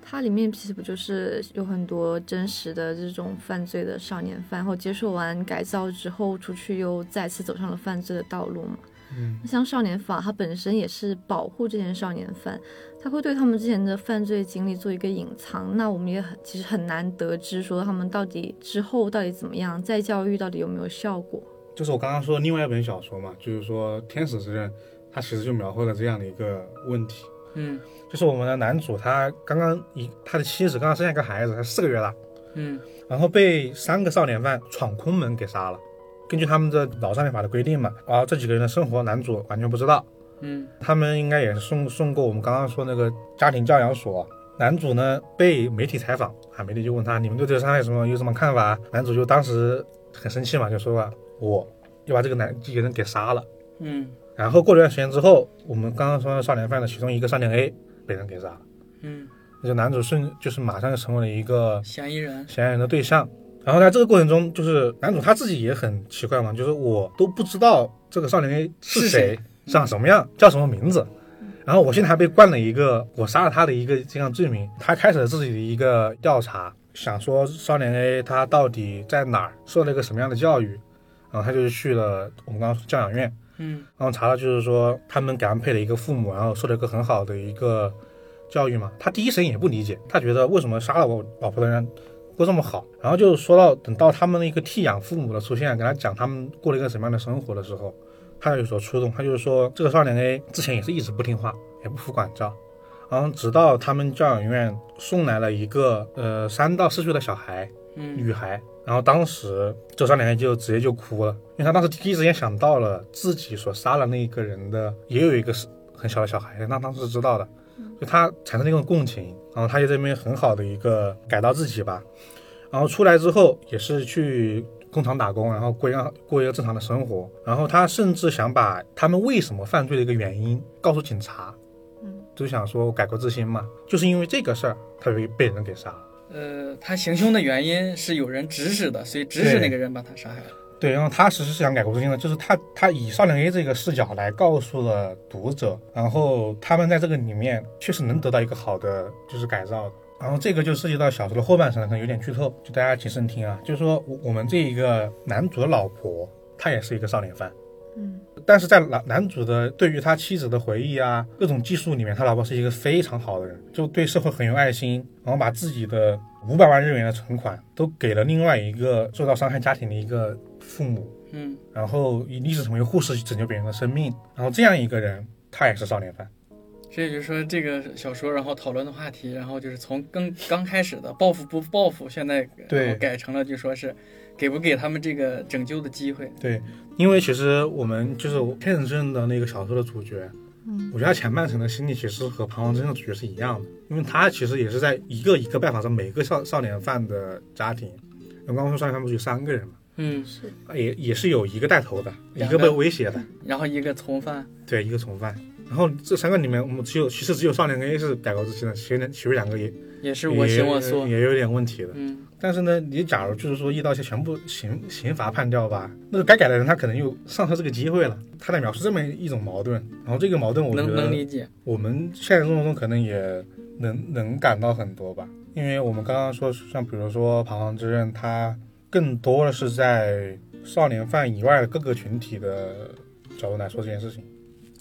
S2: 它里面其实不就是有很多真实的这种犯罪的少年犯，然后接受完改造之后出去又再次走上了犯罪的道路嘛？
S4: 嗯，
S2: 像少年法，它本身也是保护这些少年犯，它会对他们之前的犯罪经历做一个隐藏。那我们也很其实很难得知说他们到底之后到底怎么样，再教育到底有没有效果。
S4: 就是我刚刚说的另外一本小说嘛，就是说《天使之刃》，它其实就描绘了这样的一个问题，
S3: 嗯
S4: 就是我们的男主他刚刚一他的妻子刚刚生下一个孩子，才四个月大，
S3: 嗯
S4: 然后被三个少年犯闯空门给杀了。根据他们的老少年法的规定嘛，然后这几个人的生活男主完全不知道，
S3: 嗯
S4: 他们应该也是送送过我们刚刚说那个家庭教养所。男主呢被媒体采访啊，媒体就问他你们对这个伤害有什么有什么看法？男主就当时很生气嘛，就说了我要把这个男这个人给杀了。
S3: 嗯
S4: 然后过了一段时间之后，我们刚刚说的少年犯的其中一个少年 A 被人给杀了，
S3: 嗯，
S4: 那个男主瞬就是马上就成为了一个
S3: 嫌疑人，
S4: 嫌疑人的对象。然后在这个过程中，就是男主他自己也很奇怪嘛，就是我都不知道这个少年 A
S3: 是
S4: 是
S3: 谁
S4: 谁，长什么样，叫什么名字。然后我现在还被冠了一个我杀了他的一个这样罪名。他开始了自己的一个调查，想说少年 A 他到底在哪儿受了一个什么样的教育。然后他就去了我们刚刚说教养院，
S3: 嗯
S4: 然后查到就是说他们给安配了一个父母，然后受了一个很好的一个教育嘛。他第一时间也不理解，他觉得为什么杀了我老婆的人过这么好。然后就说到等到他们的一个替养父母的出现，给他讲他们过了一个什么样的生活的时候，他有所触动。他就是说这个少年 A 之前也是一直不听话，也不服管教。然后直到他们教养院送来了一个呃三到四岁的小孩，
S3: 嗯
S4: 女孩。然后当时这少年 A 就直接就哭了，因为他当时第一时间想到了自己所杀了那个人的也有一个是很小的小孩，他当时是知道的，就他产生了一种共情，然后他就这边很好的一个改造自己吧。然后出来之后也是去工厂打工，然后过一个过一个正常的生活。然后他甚至想把他们为什么犯罪的一个原因告诉警察，
S2: 嗯，
S4: 就想说改过自新嘛，就是因为这个事儿他被被人给杀了。
S3: 呃，他行凶的原因是有人指使的，所以指使
S4: 对
S3: 那个人把他杀害了。
S4: 对，然后他其实是想改过自新的，就是他他以少年 A 这个视角来告诉了读者，然后他们在这个里面确实能得到一个好的就是改造的。然后这个就涉及到小说的后半程了，可能有点剧透，就大家谨慎听啊。就是说我我们这一个男主的老婆，她也是一个少年犯，
S2: 嗯，
S4: 但是在男男主的对于他妻子的回忆啊，各种技术里面，他老婆是一个非常好的人，就对社会很有爱心，然后把自己的五百万日元的存款都给了另外一个受到伤害家庭的一个父母，
S3: 嗯
S4: 然后以历史成为护士去拯救别人的生命，然后这样一个人，他也是少年犯，
S3: 这也就是说，这个小说，然后讨论的话题，然后就是从刚刚开始的报复不报复，现在
S4: 对
S3: 然后改成了就说是给不给他们这个拯救的机会。
S4: 因为其实我们就是天神镇的那个小说的主角，
S2: 嗯，
S4: 我觉得他前半程的心理其实和彷徨真的主角是一样的，因为他其实也是在一个一个拜访着每个少少年犯的家庭，我刚刚说少年犯不是有三个人嘛，
S3: 嗯，
S2: 是，
S4: 也也是有一个带头的，一
S3: 两个
S4: 个被威胁的，
S3: 然后一个从犯，
S4: 对，一个从犯。然后这三个里面，我们只有其实只有少年 A 是改过自新的，其余两其余两个也
S3: 也是我行我素。
S4: 也也有点问题的。
S3: 嗯
S4: 但是呢，你假如就是说一刀切全部刑刑罚判掉吧，那个该改的人他可能又丧失这个机会了。他在描述这么一种矛盾，然后这个矛盾我觉
S3: 能能
S4: 得
S3: 理解。
S4: 我们现实生活中可能也能能感到很多吧，因为我们刚刚说像比如说《彷徨之刃》，它更多的是在少年犯以外的各个群体的角度来说这件事情。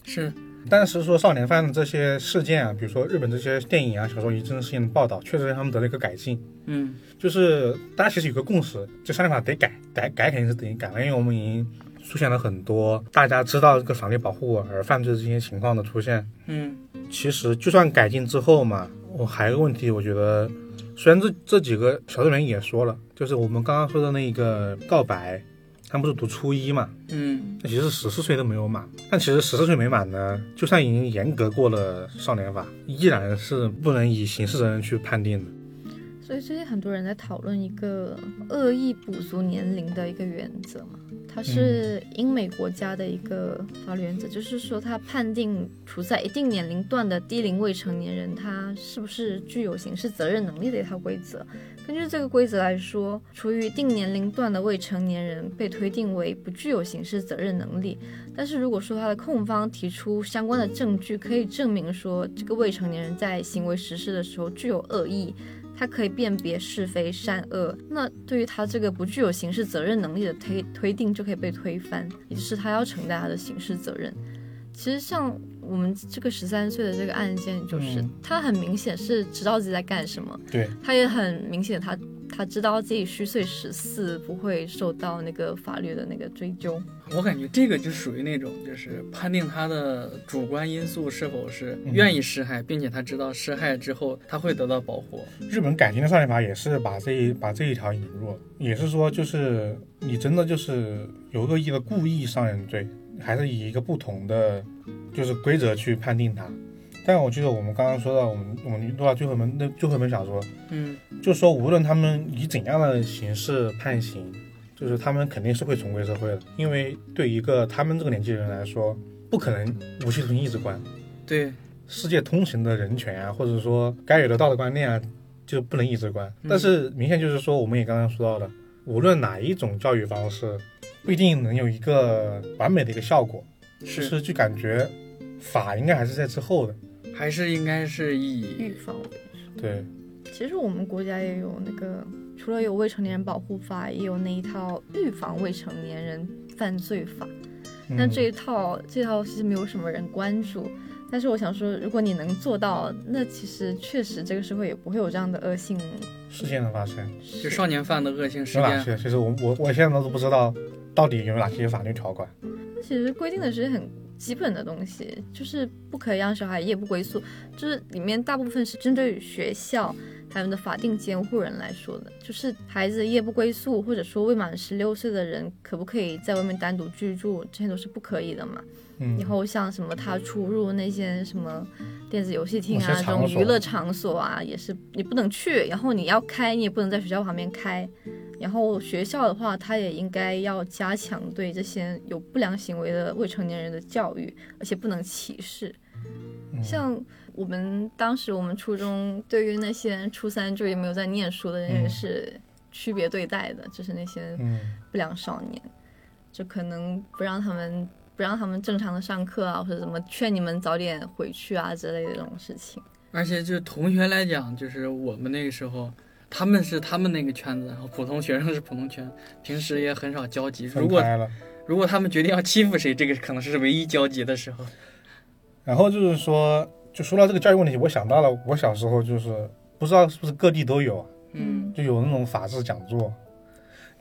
S3: 是，
S4: 但是说少年犯的这些事件啊，比如说日本这些电影啊、小说以及真实事件的报道，确实让他们得了一个改进。
S3: 嗯
S4: 就是大家其实有个共识，这商业法得改，改改肯定是得改了，因为我们已经出现了很多大家知道这个法律保护而犯罪这些情况的出现。
S3: 嗯
S4: 其实就算改进之后嘛，我还有个问题，我觉得虽然这这几个小队员也说了，就是我们刚刚说的那个告白，他们不是读初一嘛，
S3: 嗯
S4: 那其实十四岁都没有满，但其实十四岁没满呢，就算已经严格过了少年法，依然是不能以刑事责任去判定的。
S2: 所以最近很多人在讨论一个恶意补足年龄的一个原则嘛，它是英美国家的一个法律原则，就是说它判定处在一定年龄段的低龄未成年人，他是不是具有刑事责任能力的一套规则。根据这个规则来说，处于一定年龄段的未成年人被推定为不具有刑事责任能力，但是如果说他的控方提出相关的证据，可以证明说这个未成年人在行为实施的时候具有恶意，他可以辨别是非善恶，那对于他这个不具有刑事责任能力的推推定就可以被推翻，也就是他要承担他的刑事责任。其实像我们这个十三岁的这个案件，就是、
S4: 嗯
S2: 他很明显是知道自己在干什么，
S4: 对，
S2: 他也很明显他他他知道自己虚岁十四，不会受到那个法律的那个追究。
S3: 我感觉这个就属于那种，就是判定他的主观因素是否是
S4: 嗯
S3: 愿意施害，并且他知道施害之后他会得到保护。
S4: 日本改型的少年法也是把这一把这一条引入了，也是说就是你真的就是有恶意的故意伤人罪，还是以一个不同的就是规则去判定它。但我记得我们刚刚说到，我们我们录到最后一本那最后一本小说，
S3: 嗯，
S4: 就说无论他们以怎样的形式判刑，就是他们肯定是会重归社会的，因为对一个他们这个年纪的人来说，不可能无期徒刑一直关。
S3: 对，
S4: 世界通行的人权啊，或者说该有的道德观念啊，就不能一直关。
S2: 嗯
S4: 但是明显就是说，我们也刚刚说到的，无论哪一种教育方式，不一定能有一个完美的一个效果。就是是就感觉法应该还是在之后的。
S3: 还是应该是以
S2: 预防为主。
S4: 对，
S2: 其实我们国家也有那个，除了有未成年人保护法，也有那一套预防未成年人犯罪法。
S4: 嗯
S2: 那这一套这套其实没有什么人关注，但是我想说，如果你能做到，那其实确实这个社会也不会有这样的恶性
S4: 事件的发生
S3: 就少年犯的恶性事
S4: 有哪
S3: 件。
S4: 些？其实我我我现在都不知道到底有哪些法律条款。
S2: 其实规定的是很基本的东西，就是不可以让小孩夜不归宿，就是里面大部分是针对于学校还有你的法定监护人来说的，就是孩子夜不归宿，或者说未满十六岁的人可不可以在外面单独居住，这些都是不可以的嘛。
S4: 嗯
S2: 以，后像什么他出入那些什么电子游戏厅
S4: 某
S2: 啊
S4: 些
S2: 这
S4: 场
S2: 种
S4: 所
S2: 娱乐场所啊，也是你不能去，然后你要开你也不能在学校旁边开。然后学校的话，他也应该要加强对这些有不良行为的未成年人的教育，而且不能歧视。
S4: 嗯
S2: 像我们当时我们初中对于那些初三就也没有在念书的人
S4: 嗯
S2: 也是区别对待的，就是那些
S4: 嗯
S2: 不良少年，就可能不让他们不让他们正常的上课啊，或者怎么劝你们早点回去啊之类的这种事情。
S3: 而且就同学来讲，就是我们那个时候，他们是他们那个圈子，然后普通学生是普通圈，平时也很少交集。如
S4: 分
S3: 果
S4: 开了。
S3: 如果他们决定要欺负谁，这个可能是唯一交集的时候。嗯
S4: 然后就是说，就说到这个教育问题，我想到了我小时候就是不知道是不是各地都有啊，
S3: 嗯，
S4: 就有那种法制讲座，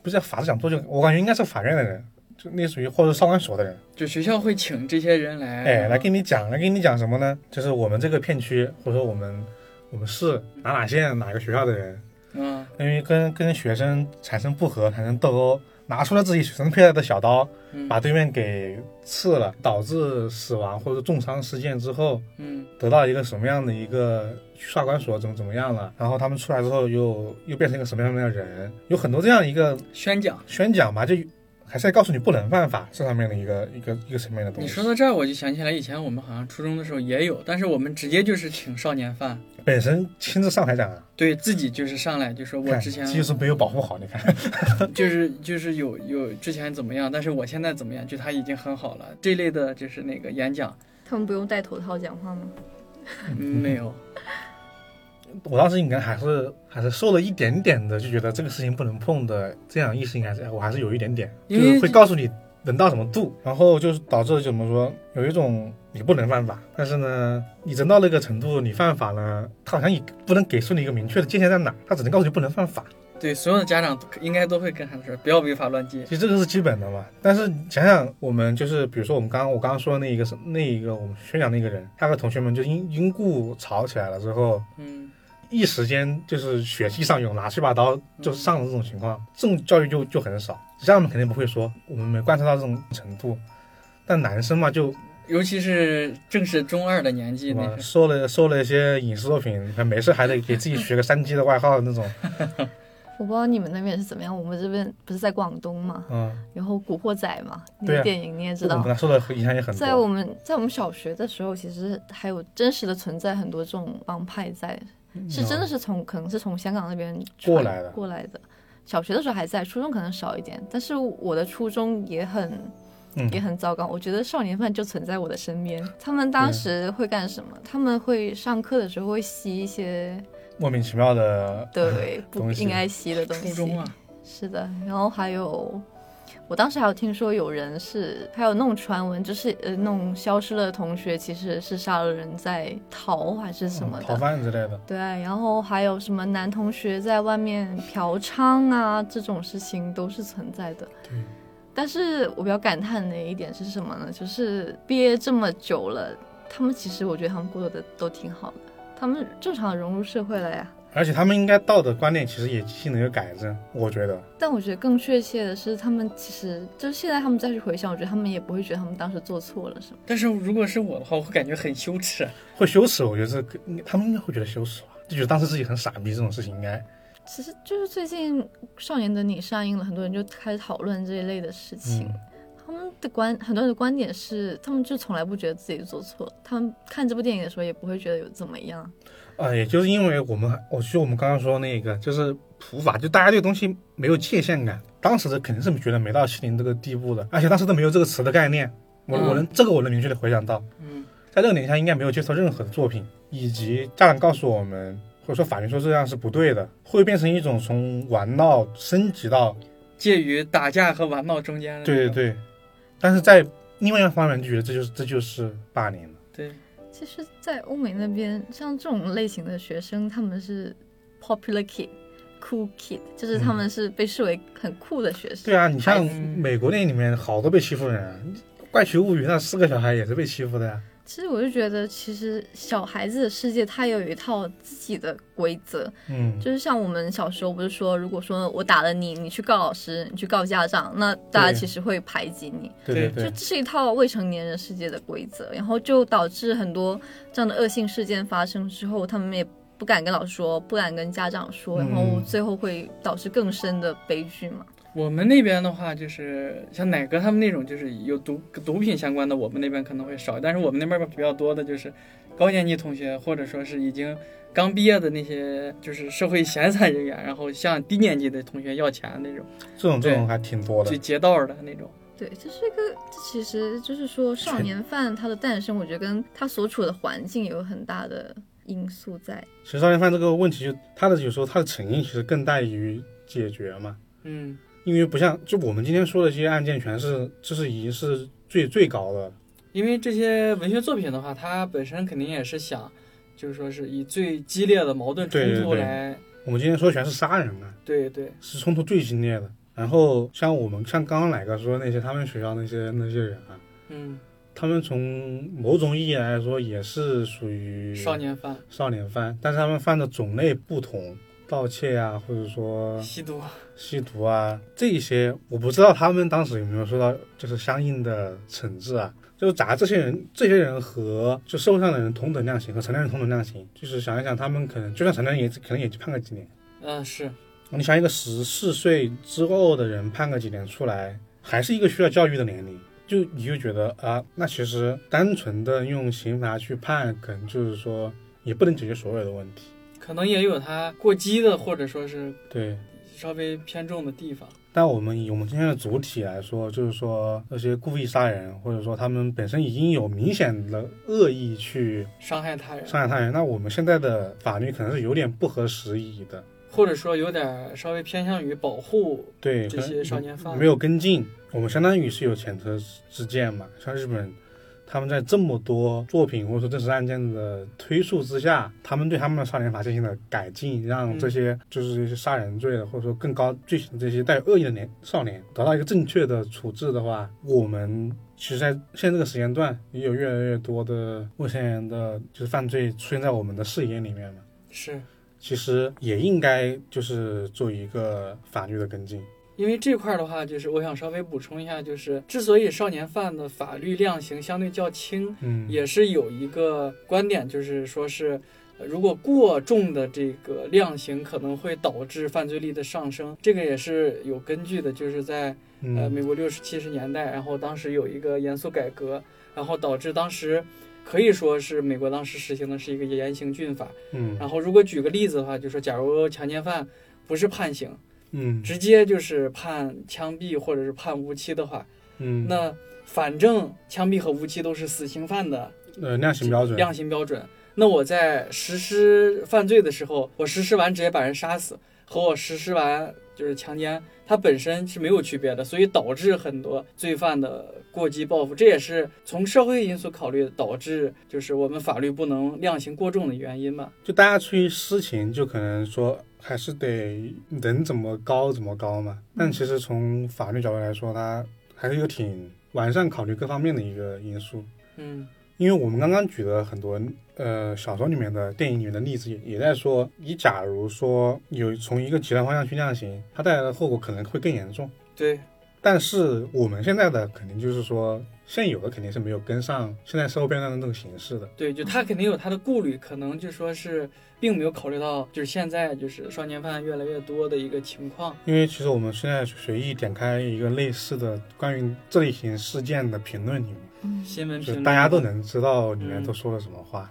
S4: 不是法制讲座就我感觉应该是法院的人，就类似于或者少管所的人，
S3: 就学校会请这些人来，
S4: 哎，来
S3: 然后
S4: 给你讲，来给你讲什么呢？就是我们这个片区或者说我们我们市哪哪县哪个学校的人，
S3: 嗯，
S4: 因为跟跟学生产生不和，产生斗殴，拿出了自己随身佩戴的小刀，
S3: 嗯
S4: 把对面给刺了，导致死亡或者重伤事件之后，
S3: 嗯，
S4: 得到一个什么样的一个少管所怎么怎么样了，然后他们出来之后又又变成一个什么样的人，有很多这样一个
S3: 宣讲。
S4: 宣讲吧，就还是在告诉你不能犯法这上面的一个一个一个层面的东西。
S3: 你说到这儿，我就想起来以前我们好像初中的时候也有，但是我们直接就是请少年犯，
S4: 本身亲自上台讲啊，
S3: 对自己就是上来就说我
S4: 看
S3: 之前
S4: 就是没有保护好，你看， [LAUGHS]
S3: 就是就是有有之前怎么样，但是我现在怎么样，就他已经很好了这类的，就是那个演讲，
S2: 他们不用戴头套讲话吗？
S3: 嗯没有，
S4: 我当时应该还是还是受了一点点的，就觉得这个事情不能碰的这样意识，应该是我还是有一点点，就
S3: 因为
S4: 是会
S3: 这
S4: 告诉你能到什么度，然后就是导致怎么说，有一种你不能犯法，但是呢，你真到那个程度，你犯法呢，他好像也不能给出你一个明确的界限在哪，他只能告诉你不能犯法。
S3: 对所有的家长应该都会跟孩子说不要违法乱纪，
S4: 其实这个是基本的嘛，但是想想我们就是，比如说我们刚刚我刚刚说的那一个是那一个我们宣讲那个人，他和同学们就因因故吵起来了之后，
S3: 嗯，
S4: 一时间就是血气上涌，拿出一把刀
S3: 嗯
S4: 就上了这种情况，这种教育就就很少。家长们肯定不会说，我们没观察到这种程度。但男生嘛，就
S3: 尤其是正是中二的年纪，
S4: 什
S3: 那
S4: 么
S3: 是
S4: 受了受了一些影视作品，还没事还得给自己学个三 G 的外号
S2: [LAUGHS]
S4: 那种。
S2: 我不知道你们那边是怎么样，我们这边不是在广东嘛，
S4: 嗯，
S2: 然后《古惑仔》嘛，那
S4: 对
S2: 个
S4: 啊
S2: 电影你也知
S4: 我
S2: 道
S4: 们，受的影响也很
S2: 在我
S4: 多。
S2: 们在我们小学的时候，其实还有真实的存在很多这种帮派在，是真的是从可能是从香港那边传
S4: 嗯啊过来的
S2: 过来的。小学的时候还在，初中可能少一点，但是我的初中也很
S4: 嗯
S2: 也很糟糕。我觉得少年犯就存在我的身
S4: [LAUGHS]
S2: 边。他们当时会干什么？他们会上课的时候会吸一些
S4: 莫名其妙的，
S2: 对不
S4: 东西
S2: 应该吸的东西。
S3: 初中啊，
S2: 是的，然后还有我当时还有听说有人是，还有那种传闻，就是呃，那种消失了的同学其实是杀了人在逃还是什么
S4: 嗯
S2: 的，
S4: 逃犯之类的。
S2: 对，然后还有什么男同学在外面嫖娼啊，这种事情都是存在的。
S4: 对，
S2: 但是我比较感叹的一点是什么呢？就是毕业这么久了，他们其实我觉得他们过得都挺好的，他们正常融入社会了呀。
S4: 而且他们应该道德观念其实也性能有改正，我觉得。
S2: 但我觉得更确切的是，他们其实就是现在他们再去回想，我觉得他们也不会觉得他们当时做错了什么。
S3: 但是如果是我的话，我会感觉很羞耻。啊
S4: 会羞耻，我觉得这个应该他们应该会觉得羞耻吧，就觉得当时自己很傻逼这种事情应该，
S2: 其实就是最近《少年的你》上映了，很多人就开始讨论这一类的事情。
S4: 嗯
S2: 他们的观，很多人的观点是，他们就从来不觉得自己做错，他们看这部电影的时候也不会觉得有怎么样。
S4: 呃，也就是因为我们，我就我们刚刚说那个，就是普法，就大家对东西没有界限感，当时的肯定是觉得没到欺凌这个地步的，而且当时都没有这个词的概念，我
S3: 嗯
S4: 我能这个我能明确的回想到，
S3: 嗯，
S4: 在这个年纪下应该没有接受任何的作品，以及家长告诉我们，或者说法院说这样是不对的，会变成一种从玩闹升级到
S3: 介于打架和玩闹中间的那种。
S4: 对对对，但是在另外一方面就觉得这就是这就是霸凌了。
S3: 对，
S2: 其实，在欧美那边，像这种类型的学生，他们是 popular kid、cool kid，就是他们是被视为很酷的学生。
S4: 嗯对啊，你像
S2: 孩
S3: 子
S4: 美国电影里面好多被欺负的人啊，《怪奇物语》那四个小孩也是被欺负的呀。
S2: 其实我就觉得，其实小孩子的世界，他有一套自己的规则，
S4: 嗯，
S2: 就是像我们小时候不是说，如果说我打了你，你去告老师，你去告家长，那大家
S4: 对
S2: 其实会排挤你。
S4: 对
S3: 对
S2: 就
S4: 对
S2: 这是一套未成年人世界的规则，然后就导致很多这样的恶性事件发生之后，他们也不敢跟老师说，不敢跟家长说，
S4: 嗯
S2: 然后最后会导致更深的悲剧嘛。
S3: 我们那边的话，就是像奶哥他们那种，就是有毒毒品相关的，我们那边可能会少，但是我们那边比较多的就是高年级同学，或者说是已经刚毕业的那些，就是社会闲散人员，然后向低年级的同学要钱那种，
S4: 这种这
S3: 对
S4: 种还挺多
S3: 就
S4: 的。
S3: 劫道的那种。
S2: 对，这是一个，这其实就是说少年犯他的诞生，我觉得跟他所处的环境有很大的因素在。
S4: 其实少年犯这个问题就，他的有时候他的成因其实更在于解决嘛，
S3: 嗯，
S4: 因为不像就我们今天说的这些案件，全是这是已经是最最高的。
S3: 因为这些文学作品的话，它本身肯定也是想，就是说是以最激烈的矛盾冲
S4: 对对
S3: 突
S4: 对
S3: 来，
S4: 我们今天说的全是杀人啊，
S3: 对对
S4: 是冲突最激烈的。然后像我们像刚刚哪个说那些他们学校那些那些人啊，
S3: 嗯，
S4: 他们从某种意义来说也是属于
S3: 少年犯、
S4: 少年犯，但是他们犯的种类不同，盗窃啊，或者说
S3: 吸毒，
S4: 吸毒啊，这一些我不知道他们当时有没有受到就是相应的惩治啊。就是砸这些人，这些人和就社会上的人同等量刑，和成年人同等量刑。就是想一想，他们可能就算成年人也可能也就判个几年。
S3: 嗯，是
S4: 你想一个十四岁之后的人判个几年出来，还是一个需要教育的年龄，就你就觉得啊，那其实单纯的用刑罚去判，可能就是说也不能解决所有的问题。
S3: 可能也有他过激的，或者说是
S4: 对，
S3: 稍微偏重的地方。
S4: 但我们以我们今天的主体来说，就是说那些故意杀人，或者说他们本身已经有明显的恶意去
S3: 伤害他人，
S4: 伤害他人，那我们现在的法律可能是有点不合时宜的。
S3: 或者说有点儿稍微偏向于保护
S4: 对，
S3: 这
S4: 可能
S3: 些少年犯。
S4: 没有跟进，我们相当于是有前车之鉴嘛。像日本，他们在这么多作品或者说真实案件的推述之下，他们对他们的少年法进行了改进，让
S3: 嗯
S4: 这些、就是这些杀人罪的或者说更高罪行的这些带有恶意的年少年得到一个正确的处置的话，我们。其实，在现在这个时间段，也有越来越多的未成年人的就是犯罪出现在我们的视野里面嘛。
S3: 是
S4: 其实也应该就是做一个法律的跟进。
S3: 因为这块儿的话，就是我想稍微补充一下，就是之所以少年犯的法律量刑相对较轻，
S4: 嗯，
S3: 也是有一个观点，就是说是。呃如果过重的这个量刑可能会导致犯罪率的上升，这个也是有根据的，就是在
S4: 嗯
S3: 呃，美国六十七十年代，然后当时有一个严肃改革，然后导致当时可以说是美国当时实行的是一个严刑峻法。
S4: 嗯
S3: 然后如果举个例子的话，就说假如强奸犯不是判刑，
S4: 嗯
S3: 直接就是判枪毙或者是判无期的话，
S4: 嗯，
S3: 那反正枪毙和无期都是死刑犯的
S4: 呃量刑标准，
S3: 量刑标准。那我在实施犯罪的时候，我实施完直接把人杀死，和我实施完就是强奸，它本身是没有区别的，所以导致很多罪犯的过激报复，这也是从社会因素考虑导致就是我们法律不能量刑过重的原因吧。
S4: 就大家出于私情，就可能说还是得能怎么高怎么高嘛。
S3: 嗯
S4: 但其实从法律角度来说，它还是一个挺完善考虑各方面的一个因素。
S3: 嗯
S4: 因为我们刚刚举了很多呃小说里面的电影里面的例子，也也在说，你假如说有从一个极端方向去量刑，它带来的后果可能会更严重。，
S3: 对，
S4: 但是我们现在的肯定就是说，现有的肯定是没有跟上现在社会变量的那种形式的。
S3: 对，就他肯定有他的顾虑，可能就说是并没有考虑到，就是现在就是少年犯越来越多的一个情况。
S4: 因为其实我们现在随意点开一个类似的关于这类型事件的评论里面，
S3: 新闻
S4: 就
S3: 评论
S4: 大家都能知道里面都说了什么话。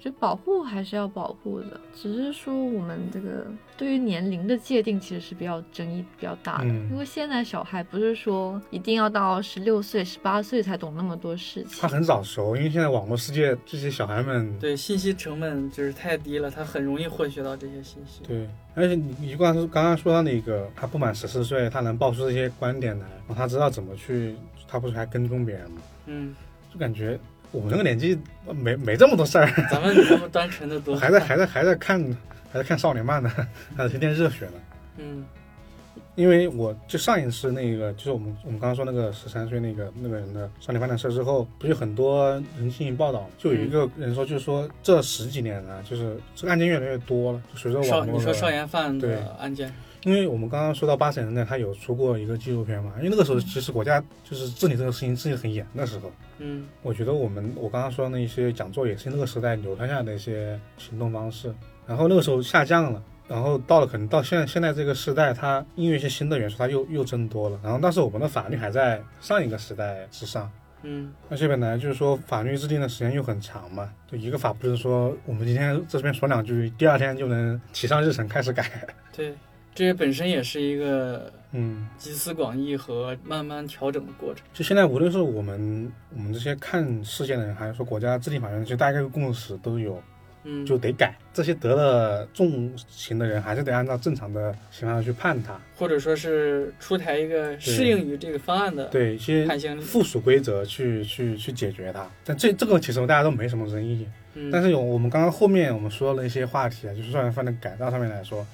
S2: 就保护还是要保护的，只是说我们这个对于年龄的界定其实是比较争议比较大的，
S4: 嗯
S2: 因为现在小孩不是说一定要到十六岁、十八岁才懂那么多事
S4: 他
S2: 情，
S4: 很早熟，因为现在网络世界这些小孩们，
S3: 对信息成本就是太低了，他很容易获取到这些信息。
S4: 对，而且你你刚刚刚刚说到那个，他不满十四岁，他能爆出这些观点来，然后他知道怎么去，他不是还跟踪别人吗？
S3: 嗯，
S4: 就感觉我们那个年纪呃没没这么多事儿，
S3: 咱们咱们单纯的多，
S4: [LAUGHS] 还在还在还在看还在看少年漫呢，还在天天热血呢。
S3: 嗯
S4: 因为我就上一次那个，就是我们我们刚刚说那个十三岁那个那个人的少年犯的事之后，不是有很多人进行报道，就有一个人说，就是说这十几年呢，就是这个案件越来越多了，就随着
S3: 少
S4: 网
S3: 你
S4: 络
S3: 说
S4: 的
S3: 少年犯
S4: 对
S3: 的案件，
S4: 因为我们刚刚说到八十年代，他有出过一个纪录片嘛，因为那个时候其实国家就是治理这个事情治理得很严的时候，
S3: 嗯
S4: 我觉得我们我刚刚说的那些讲座也是那个时代流传下来的一些行动方式，然后那个时候下降了，然后到了可能到现在现在这个时代，它因为一些新的元素，它又又增多了，然后但是我们的法律还在上一个时代之上，
S3: 嗯
S4: 而且本来就是说法律制定的时间又很长嘛，就一个法不是说我们今天这边说两句，第二天就能提上日程开始改， [LAUGHS]
S3: 对，这本身也是一个
S4: 嗯。
S3: 集思广益和慢慢调整的过程。
S4: 就现在，无论是我们我们这些看事件的人，还是说国家治理法院，其实大家有个共识都有，
S3: 嗯，
S4: 就得改。这些得了重刑的人，还是得按照正常的刑罚去判他。
S3: 或者说是出台一个适应于这个方案的
S4: 对一些
S3: 判刑，
S4: 附属规则去去去解决它。但这这个其实大家都没什么争议。
S3: 嗯，
S4: 但是有我们刚刚后面我们说了一些话题啊，就是少年犯的改造上面来说，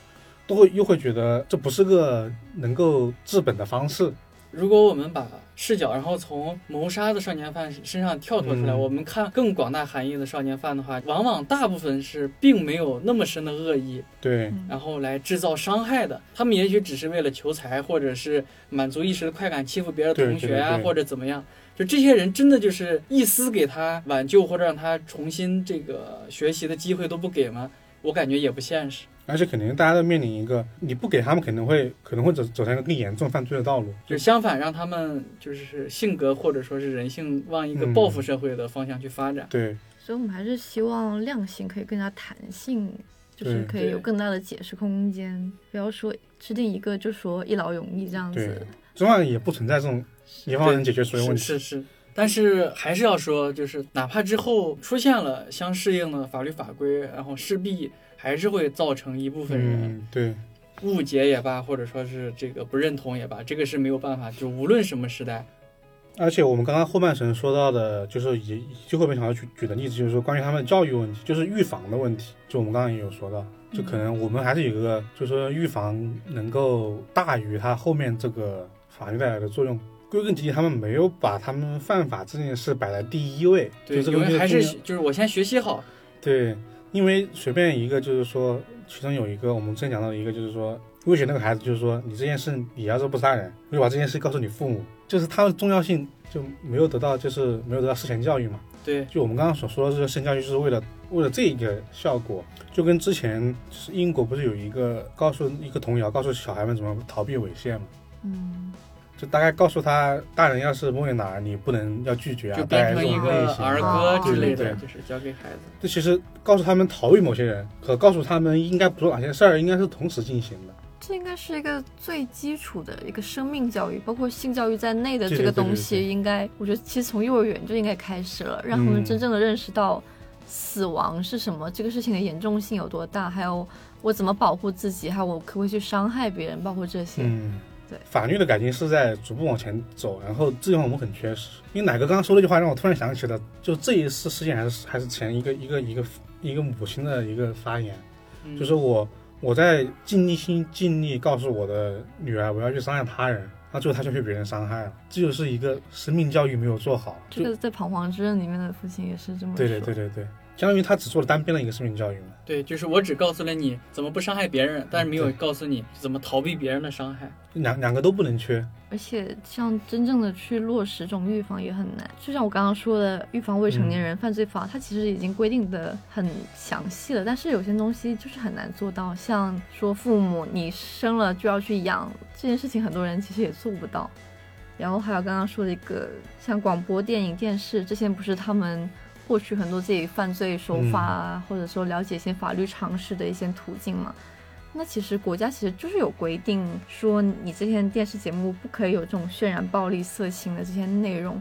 S4: 都会又会觉得这不是个能够治本的方式。
S3: 如果我们把视角，然后从谋杀的少年犯身上跳脱出来，
S4: 嗯
S3: 我们看更广大含义的少年犯的话，往往大部分是并没有那么深的恶意，
S4: 对，
S3: 然后来制造伤害的。他们也许只是为了求财，或者是满足一时的快感，欺负别的同学
S4: 对
S3: 啊，
S4: 对对
S3: 或者怎么样。就这些人真的就是一丝给他挽救或者让他重新这个学习的机会都不给吗？我感觉也不现实。
S4: 而且肯定大家都面临一个，你不给他们，可能会可能会走走向一个更严重犯罪的道路。
S3: 就相反，让他们就是性格或者说是人性往一个
S4: 嗯
S3: 报复社会的方向去发展。
S4: 对，
S2: 所以我们还是希望量刑可以更加弹性，就是
S4: 对
S2: 可以有
S3: 对
S2: 更大的解释空间，不要说制定一个就说一劳永逸这样
S4: 对
S2: 子。
S4: 中国也不存在这种一方能解决所有问题。
S3: 是是是，但是还是要说，就是哪怕之后出现了相适应的法律法规，然后势必还是会造成一部分人
S4: 嗯，对，
S3: 误解也罢，或者说是这个不认同也罢，这个是没有办法，就无论什么时代，
S4: 而且我们刚刚后半程说到的，就是也就后面想要举举的例子，就是说关于他们的教育问题，就是预防的问题，就我们刚刚也有说到，就可
S3: 嗯
S4: 能我们还是有一个，就是说预防能够大于它后面这个法律带来的作用。归根结底，他们没有把他们犯法这件事摆在第一位，
S3: 对，
S4: 就
S3: 因
S4: 这个东西
S3: 为还
S4: 的
S3: 是
S4: 重要
S3: 就是我先学习好，
S4: 对，因为随便一个就是说，其中有一个我们之前讲到的一个就是说，威胁那个孩子就是说，你这件事你要是不杀人，我就把这件事告诉你父母，就是它的重要性就没有得到，就是没有得到事前教育嘛。
S3: 对，
S4: 就我们刚刚所说的这个性教育，就是为了为了这个效果，就跟之前就是英国不是有一个告诉一个童谣，告诉小孩们怎么逃避猥亵嘛。
S2: 嗯，
S4: 就大概告诉他，大人要是问你哪儿，你不能要拒绝啊，
S3: 就
S4: 大概
S3: 变
S4: 这
S3: 成
S4: 种
S3: 一
S4: 类
S3: 个
S4: 型
S3: 儿
S2: 啊
S3: 歌之类
S4: 对
S3: 的，
S4: 对对
S3: 就是教给孩子。
S4: 这其实告诉他们逃避某些人和告诉他们应该不做哪些事儿，应该是同时进行的。
S2: 这应该是一个最基础的一个生命教育，包括性教育在内的
S4: 对
S2: 这个
S4: 对对
S2: 东
S4: 对
S2: 西，
S4: 对
S2: 应该我觉得其实从幼儿园就应该开始了，让他们
S4: 嗯
S2: 真正的认识到死亡是什么，这个事情的严重性有多大，还有我怎么保护自己，还有我可不可以去伤害别人，包括这些。
S4: 嗯，
S2: 对，
S4: 法律的改进是在逐步往前走，然后这地方我们很缺失。因为奶哥刚刚说了一句话，让我突然想起了，就这一次事件还是还是前一个一个一个一个母亲的一个发言，
S3: 嗯
S4: 就是我我在尽力心尽力告诉我的女儿，我要去伤害他人，那最后她就被别人伤害了，这就是一个生命教育没有做好。
S2: 这
S4: 就
S2: 个在《彷徨之刃》里面的父亲也是这么说。
S4: 对对对对对，相当于他只做了单边的一个生命教育嘛。
S3: 对，就是我只告诉了你怎么不伤害别人，但是没有告诉你怎么逃避别人的伤害。
S4: 两两个都不能缺，
S2: 而且像真正的去落实这种预防也很难。就像我刚刚说的，预防未成年人犯罪法，它其实已经规定的很详细了，但是有些东西就是很难做到。像说父母你生了就要去养这件事情，很多人其实也做不到。然后还有刚刚说的一个，像广播电影、电视这些，不是他们获取很多自己犯罪手法
S4: 嗯
S2: 啊，或者说了解一些法律常识的一些途径嘛。那其实国家其实就是有规定说，你这些电视节目不可以有这种渲染暴力、色情的这些内容，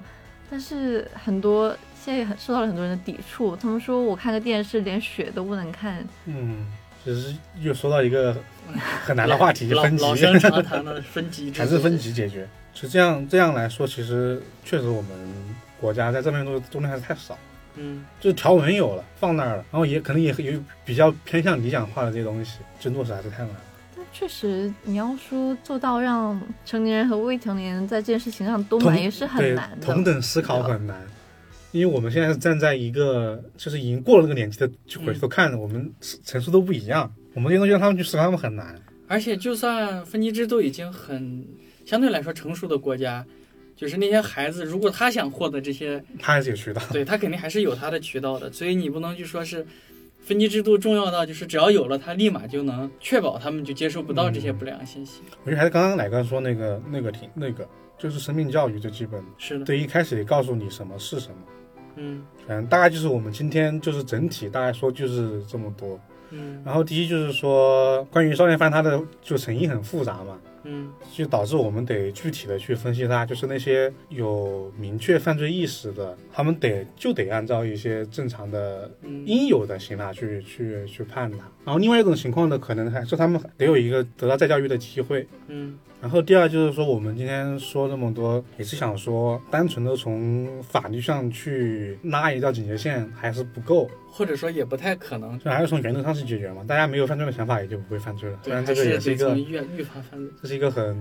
S2: 但是很多现在也很受到了很多人的抵触，他们说我看个电视连血都不能看，
S4: 嗯，只是又说到
S2: [LAUGHS]
S4: 一个很难的话题，
S3: 老
S4: 分级。
S3: 老生
S4: [LAUGHS]
S3: 常谈的分级制度，
S4: 还是分级解决。是这样，这样来说，其实确实我们国家在这方面做做的还是太少。
S3: 嗯，
S4: 就是条文有了，放那儿了，然后也可能也有比较偏向理想化的这些东西，就落实还是太难了。
S2: 但确实你要说做到让成年人和未成年人在这件事情上都
S4: 同
S2: 满意是很
S4: 对
S2: 难的。
S4: 同等思考很难，因为我们现在是站在一个就是已经过了那个年纪的，就回头
S2: 嗯
S4: 看、我们层数都不一样，我们这些东西让他们去思考，他们很难。
S3: 而且就算分级制度已经很相对来说成熟的国家，就是那些孩子，如果他想获得这些，
S4: 他还是有渠道。
S3: 对他肯定还是有他的渠道的，所以你不能就说是。分级制度重要到就是只要有了它，立马就能确保他们就接收不到这些不良信息。
S4: 我觉得还是刚刚哪个说那个那个挺那个，就是生命教育最基本的，
S3: 是的，
S4: 对，一开始也告诉你什么是什么。
S3: 嗯
S4: 反正大概就是我们今天就是整体大概说就是这么多。
S3: 嗯
S4: 然后第一就是说关于少年犯，它的就成因很复杂嘛，
S3: 嗯
S4: 就导致我们得具体的去分析它。就是那些有明确犯罪意识的，他们得就得按照一些正常的
S3: 嗯
S4: 应有的刑罚去去去判他。然后另外一种情况呢，可能还是他们得有一个得到再教育的机会。
S3: 嗯
S4: 然后第二就是说，我们今天说那么多，也是想说，单纯的从法律上去拉一道警戒线还是不够，
S3: 或者说也不太可能。
S4: 所以还是从原则上去解决嘛。大家没有犯罪的想法，也就不会犯罪了。当
S3: 对，
S4: 然，
S3: 还
S4: 这个也是
S3: 得
S4: 一个
S3: 从，预预防犯罪。
S4: 这是一个很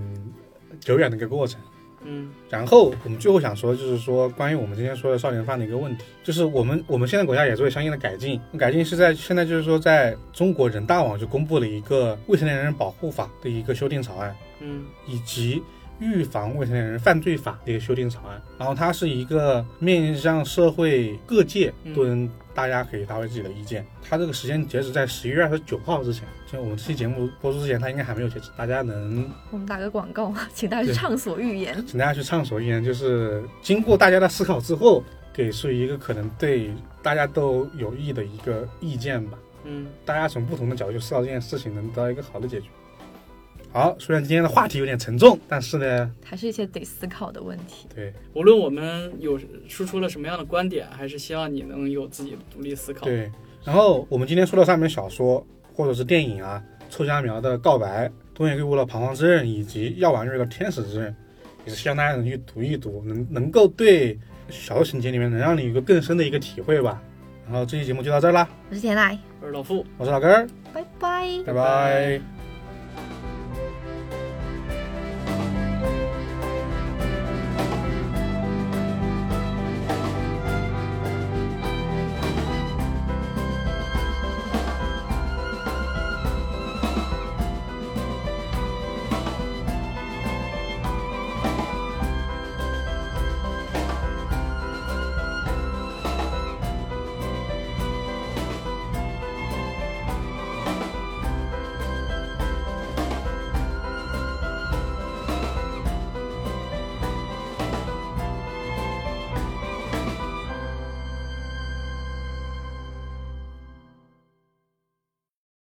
S4: 久远的一个过程。
S3: 嗯
S4: 然后我们最后想说，就是说关于我们今天说的少年犯的一个问题，就是我们我们现在国家也做了相应的改进，改进是在现在就是说，在中国人大网就公布了一个未成年人保护法的一个修订草案。
S3: 嗯
S4: 以及预防未成年人犯罪法的一个修订草案。然后它是一个面向社会各界都能大家可以发挥自己的意见。它这个时间截止在十一月二十九号之前，就我们这期节目播出之前，它应该还没有截止。大家能
S2: 我们打个广告，啊请大家去
S4: 对
S2: 畅所欲言。
S4: 请大家去畅所欲言，就是经过大家的思考之后，给出一个可能对大家都有益的一个意见吧。
S3: 嗯，
S4: 大家从不同的角度去思考这件事情，能得到一个好的解决。好，虽然今天的话题有点沉重，但是呢，
S2: 还是一些得思考的问题。
S4: 对，
S3: 无论我们有输出了什么样的观点，还是希望你能有自己的独立思考。
S4: 对，然后我们今天说到上面小说或者是电影啊，臭家苗的《告白》，东野圭吾的《彷徨之刃》，以及药丸瑞的《天使之刃》，也是希望大家能去读一读，能能够对小说情节里面能让你有一个更深的一个体会吧。然后这期节目就到这儿啦，
S2: 我是田奈，
S3: 我是老傅。
S4: 我是老根儿，
S2: 拜拜。
S3: 拜拜
S4: 拜拜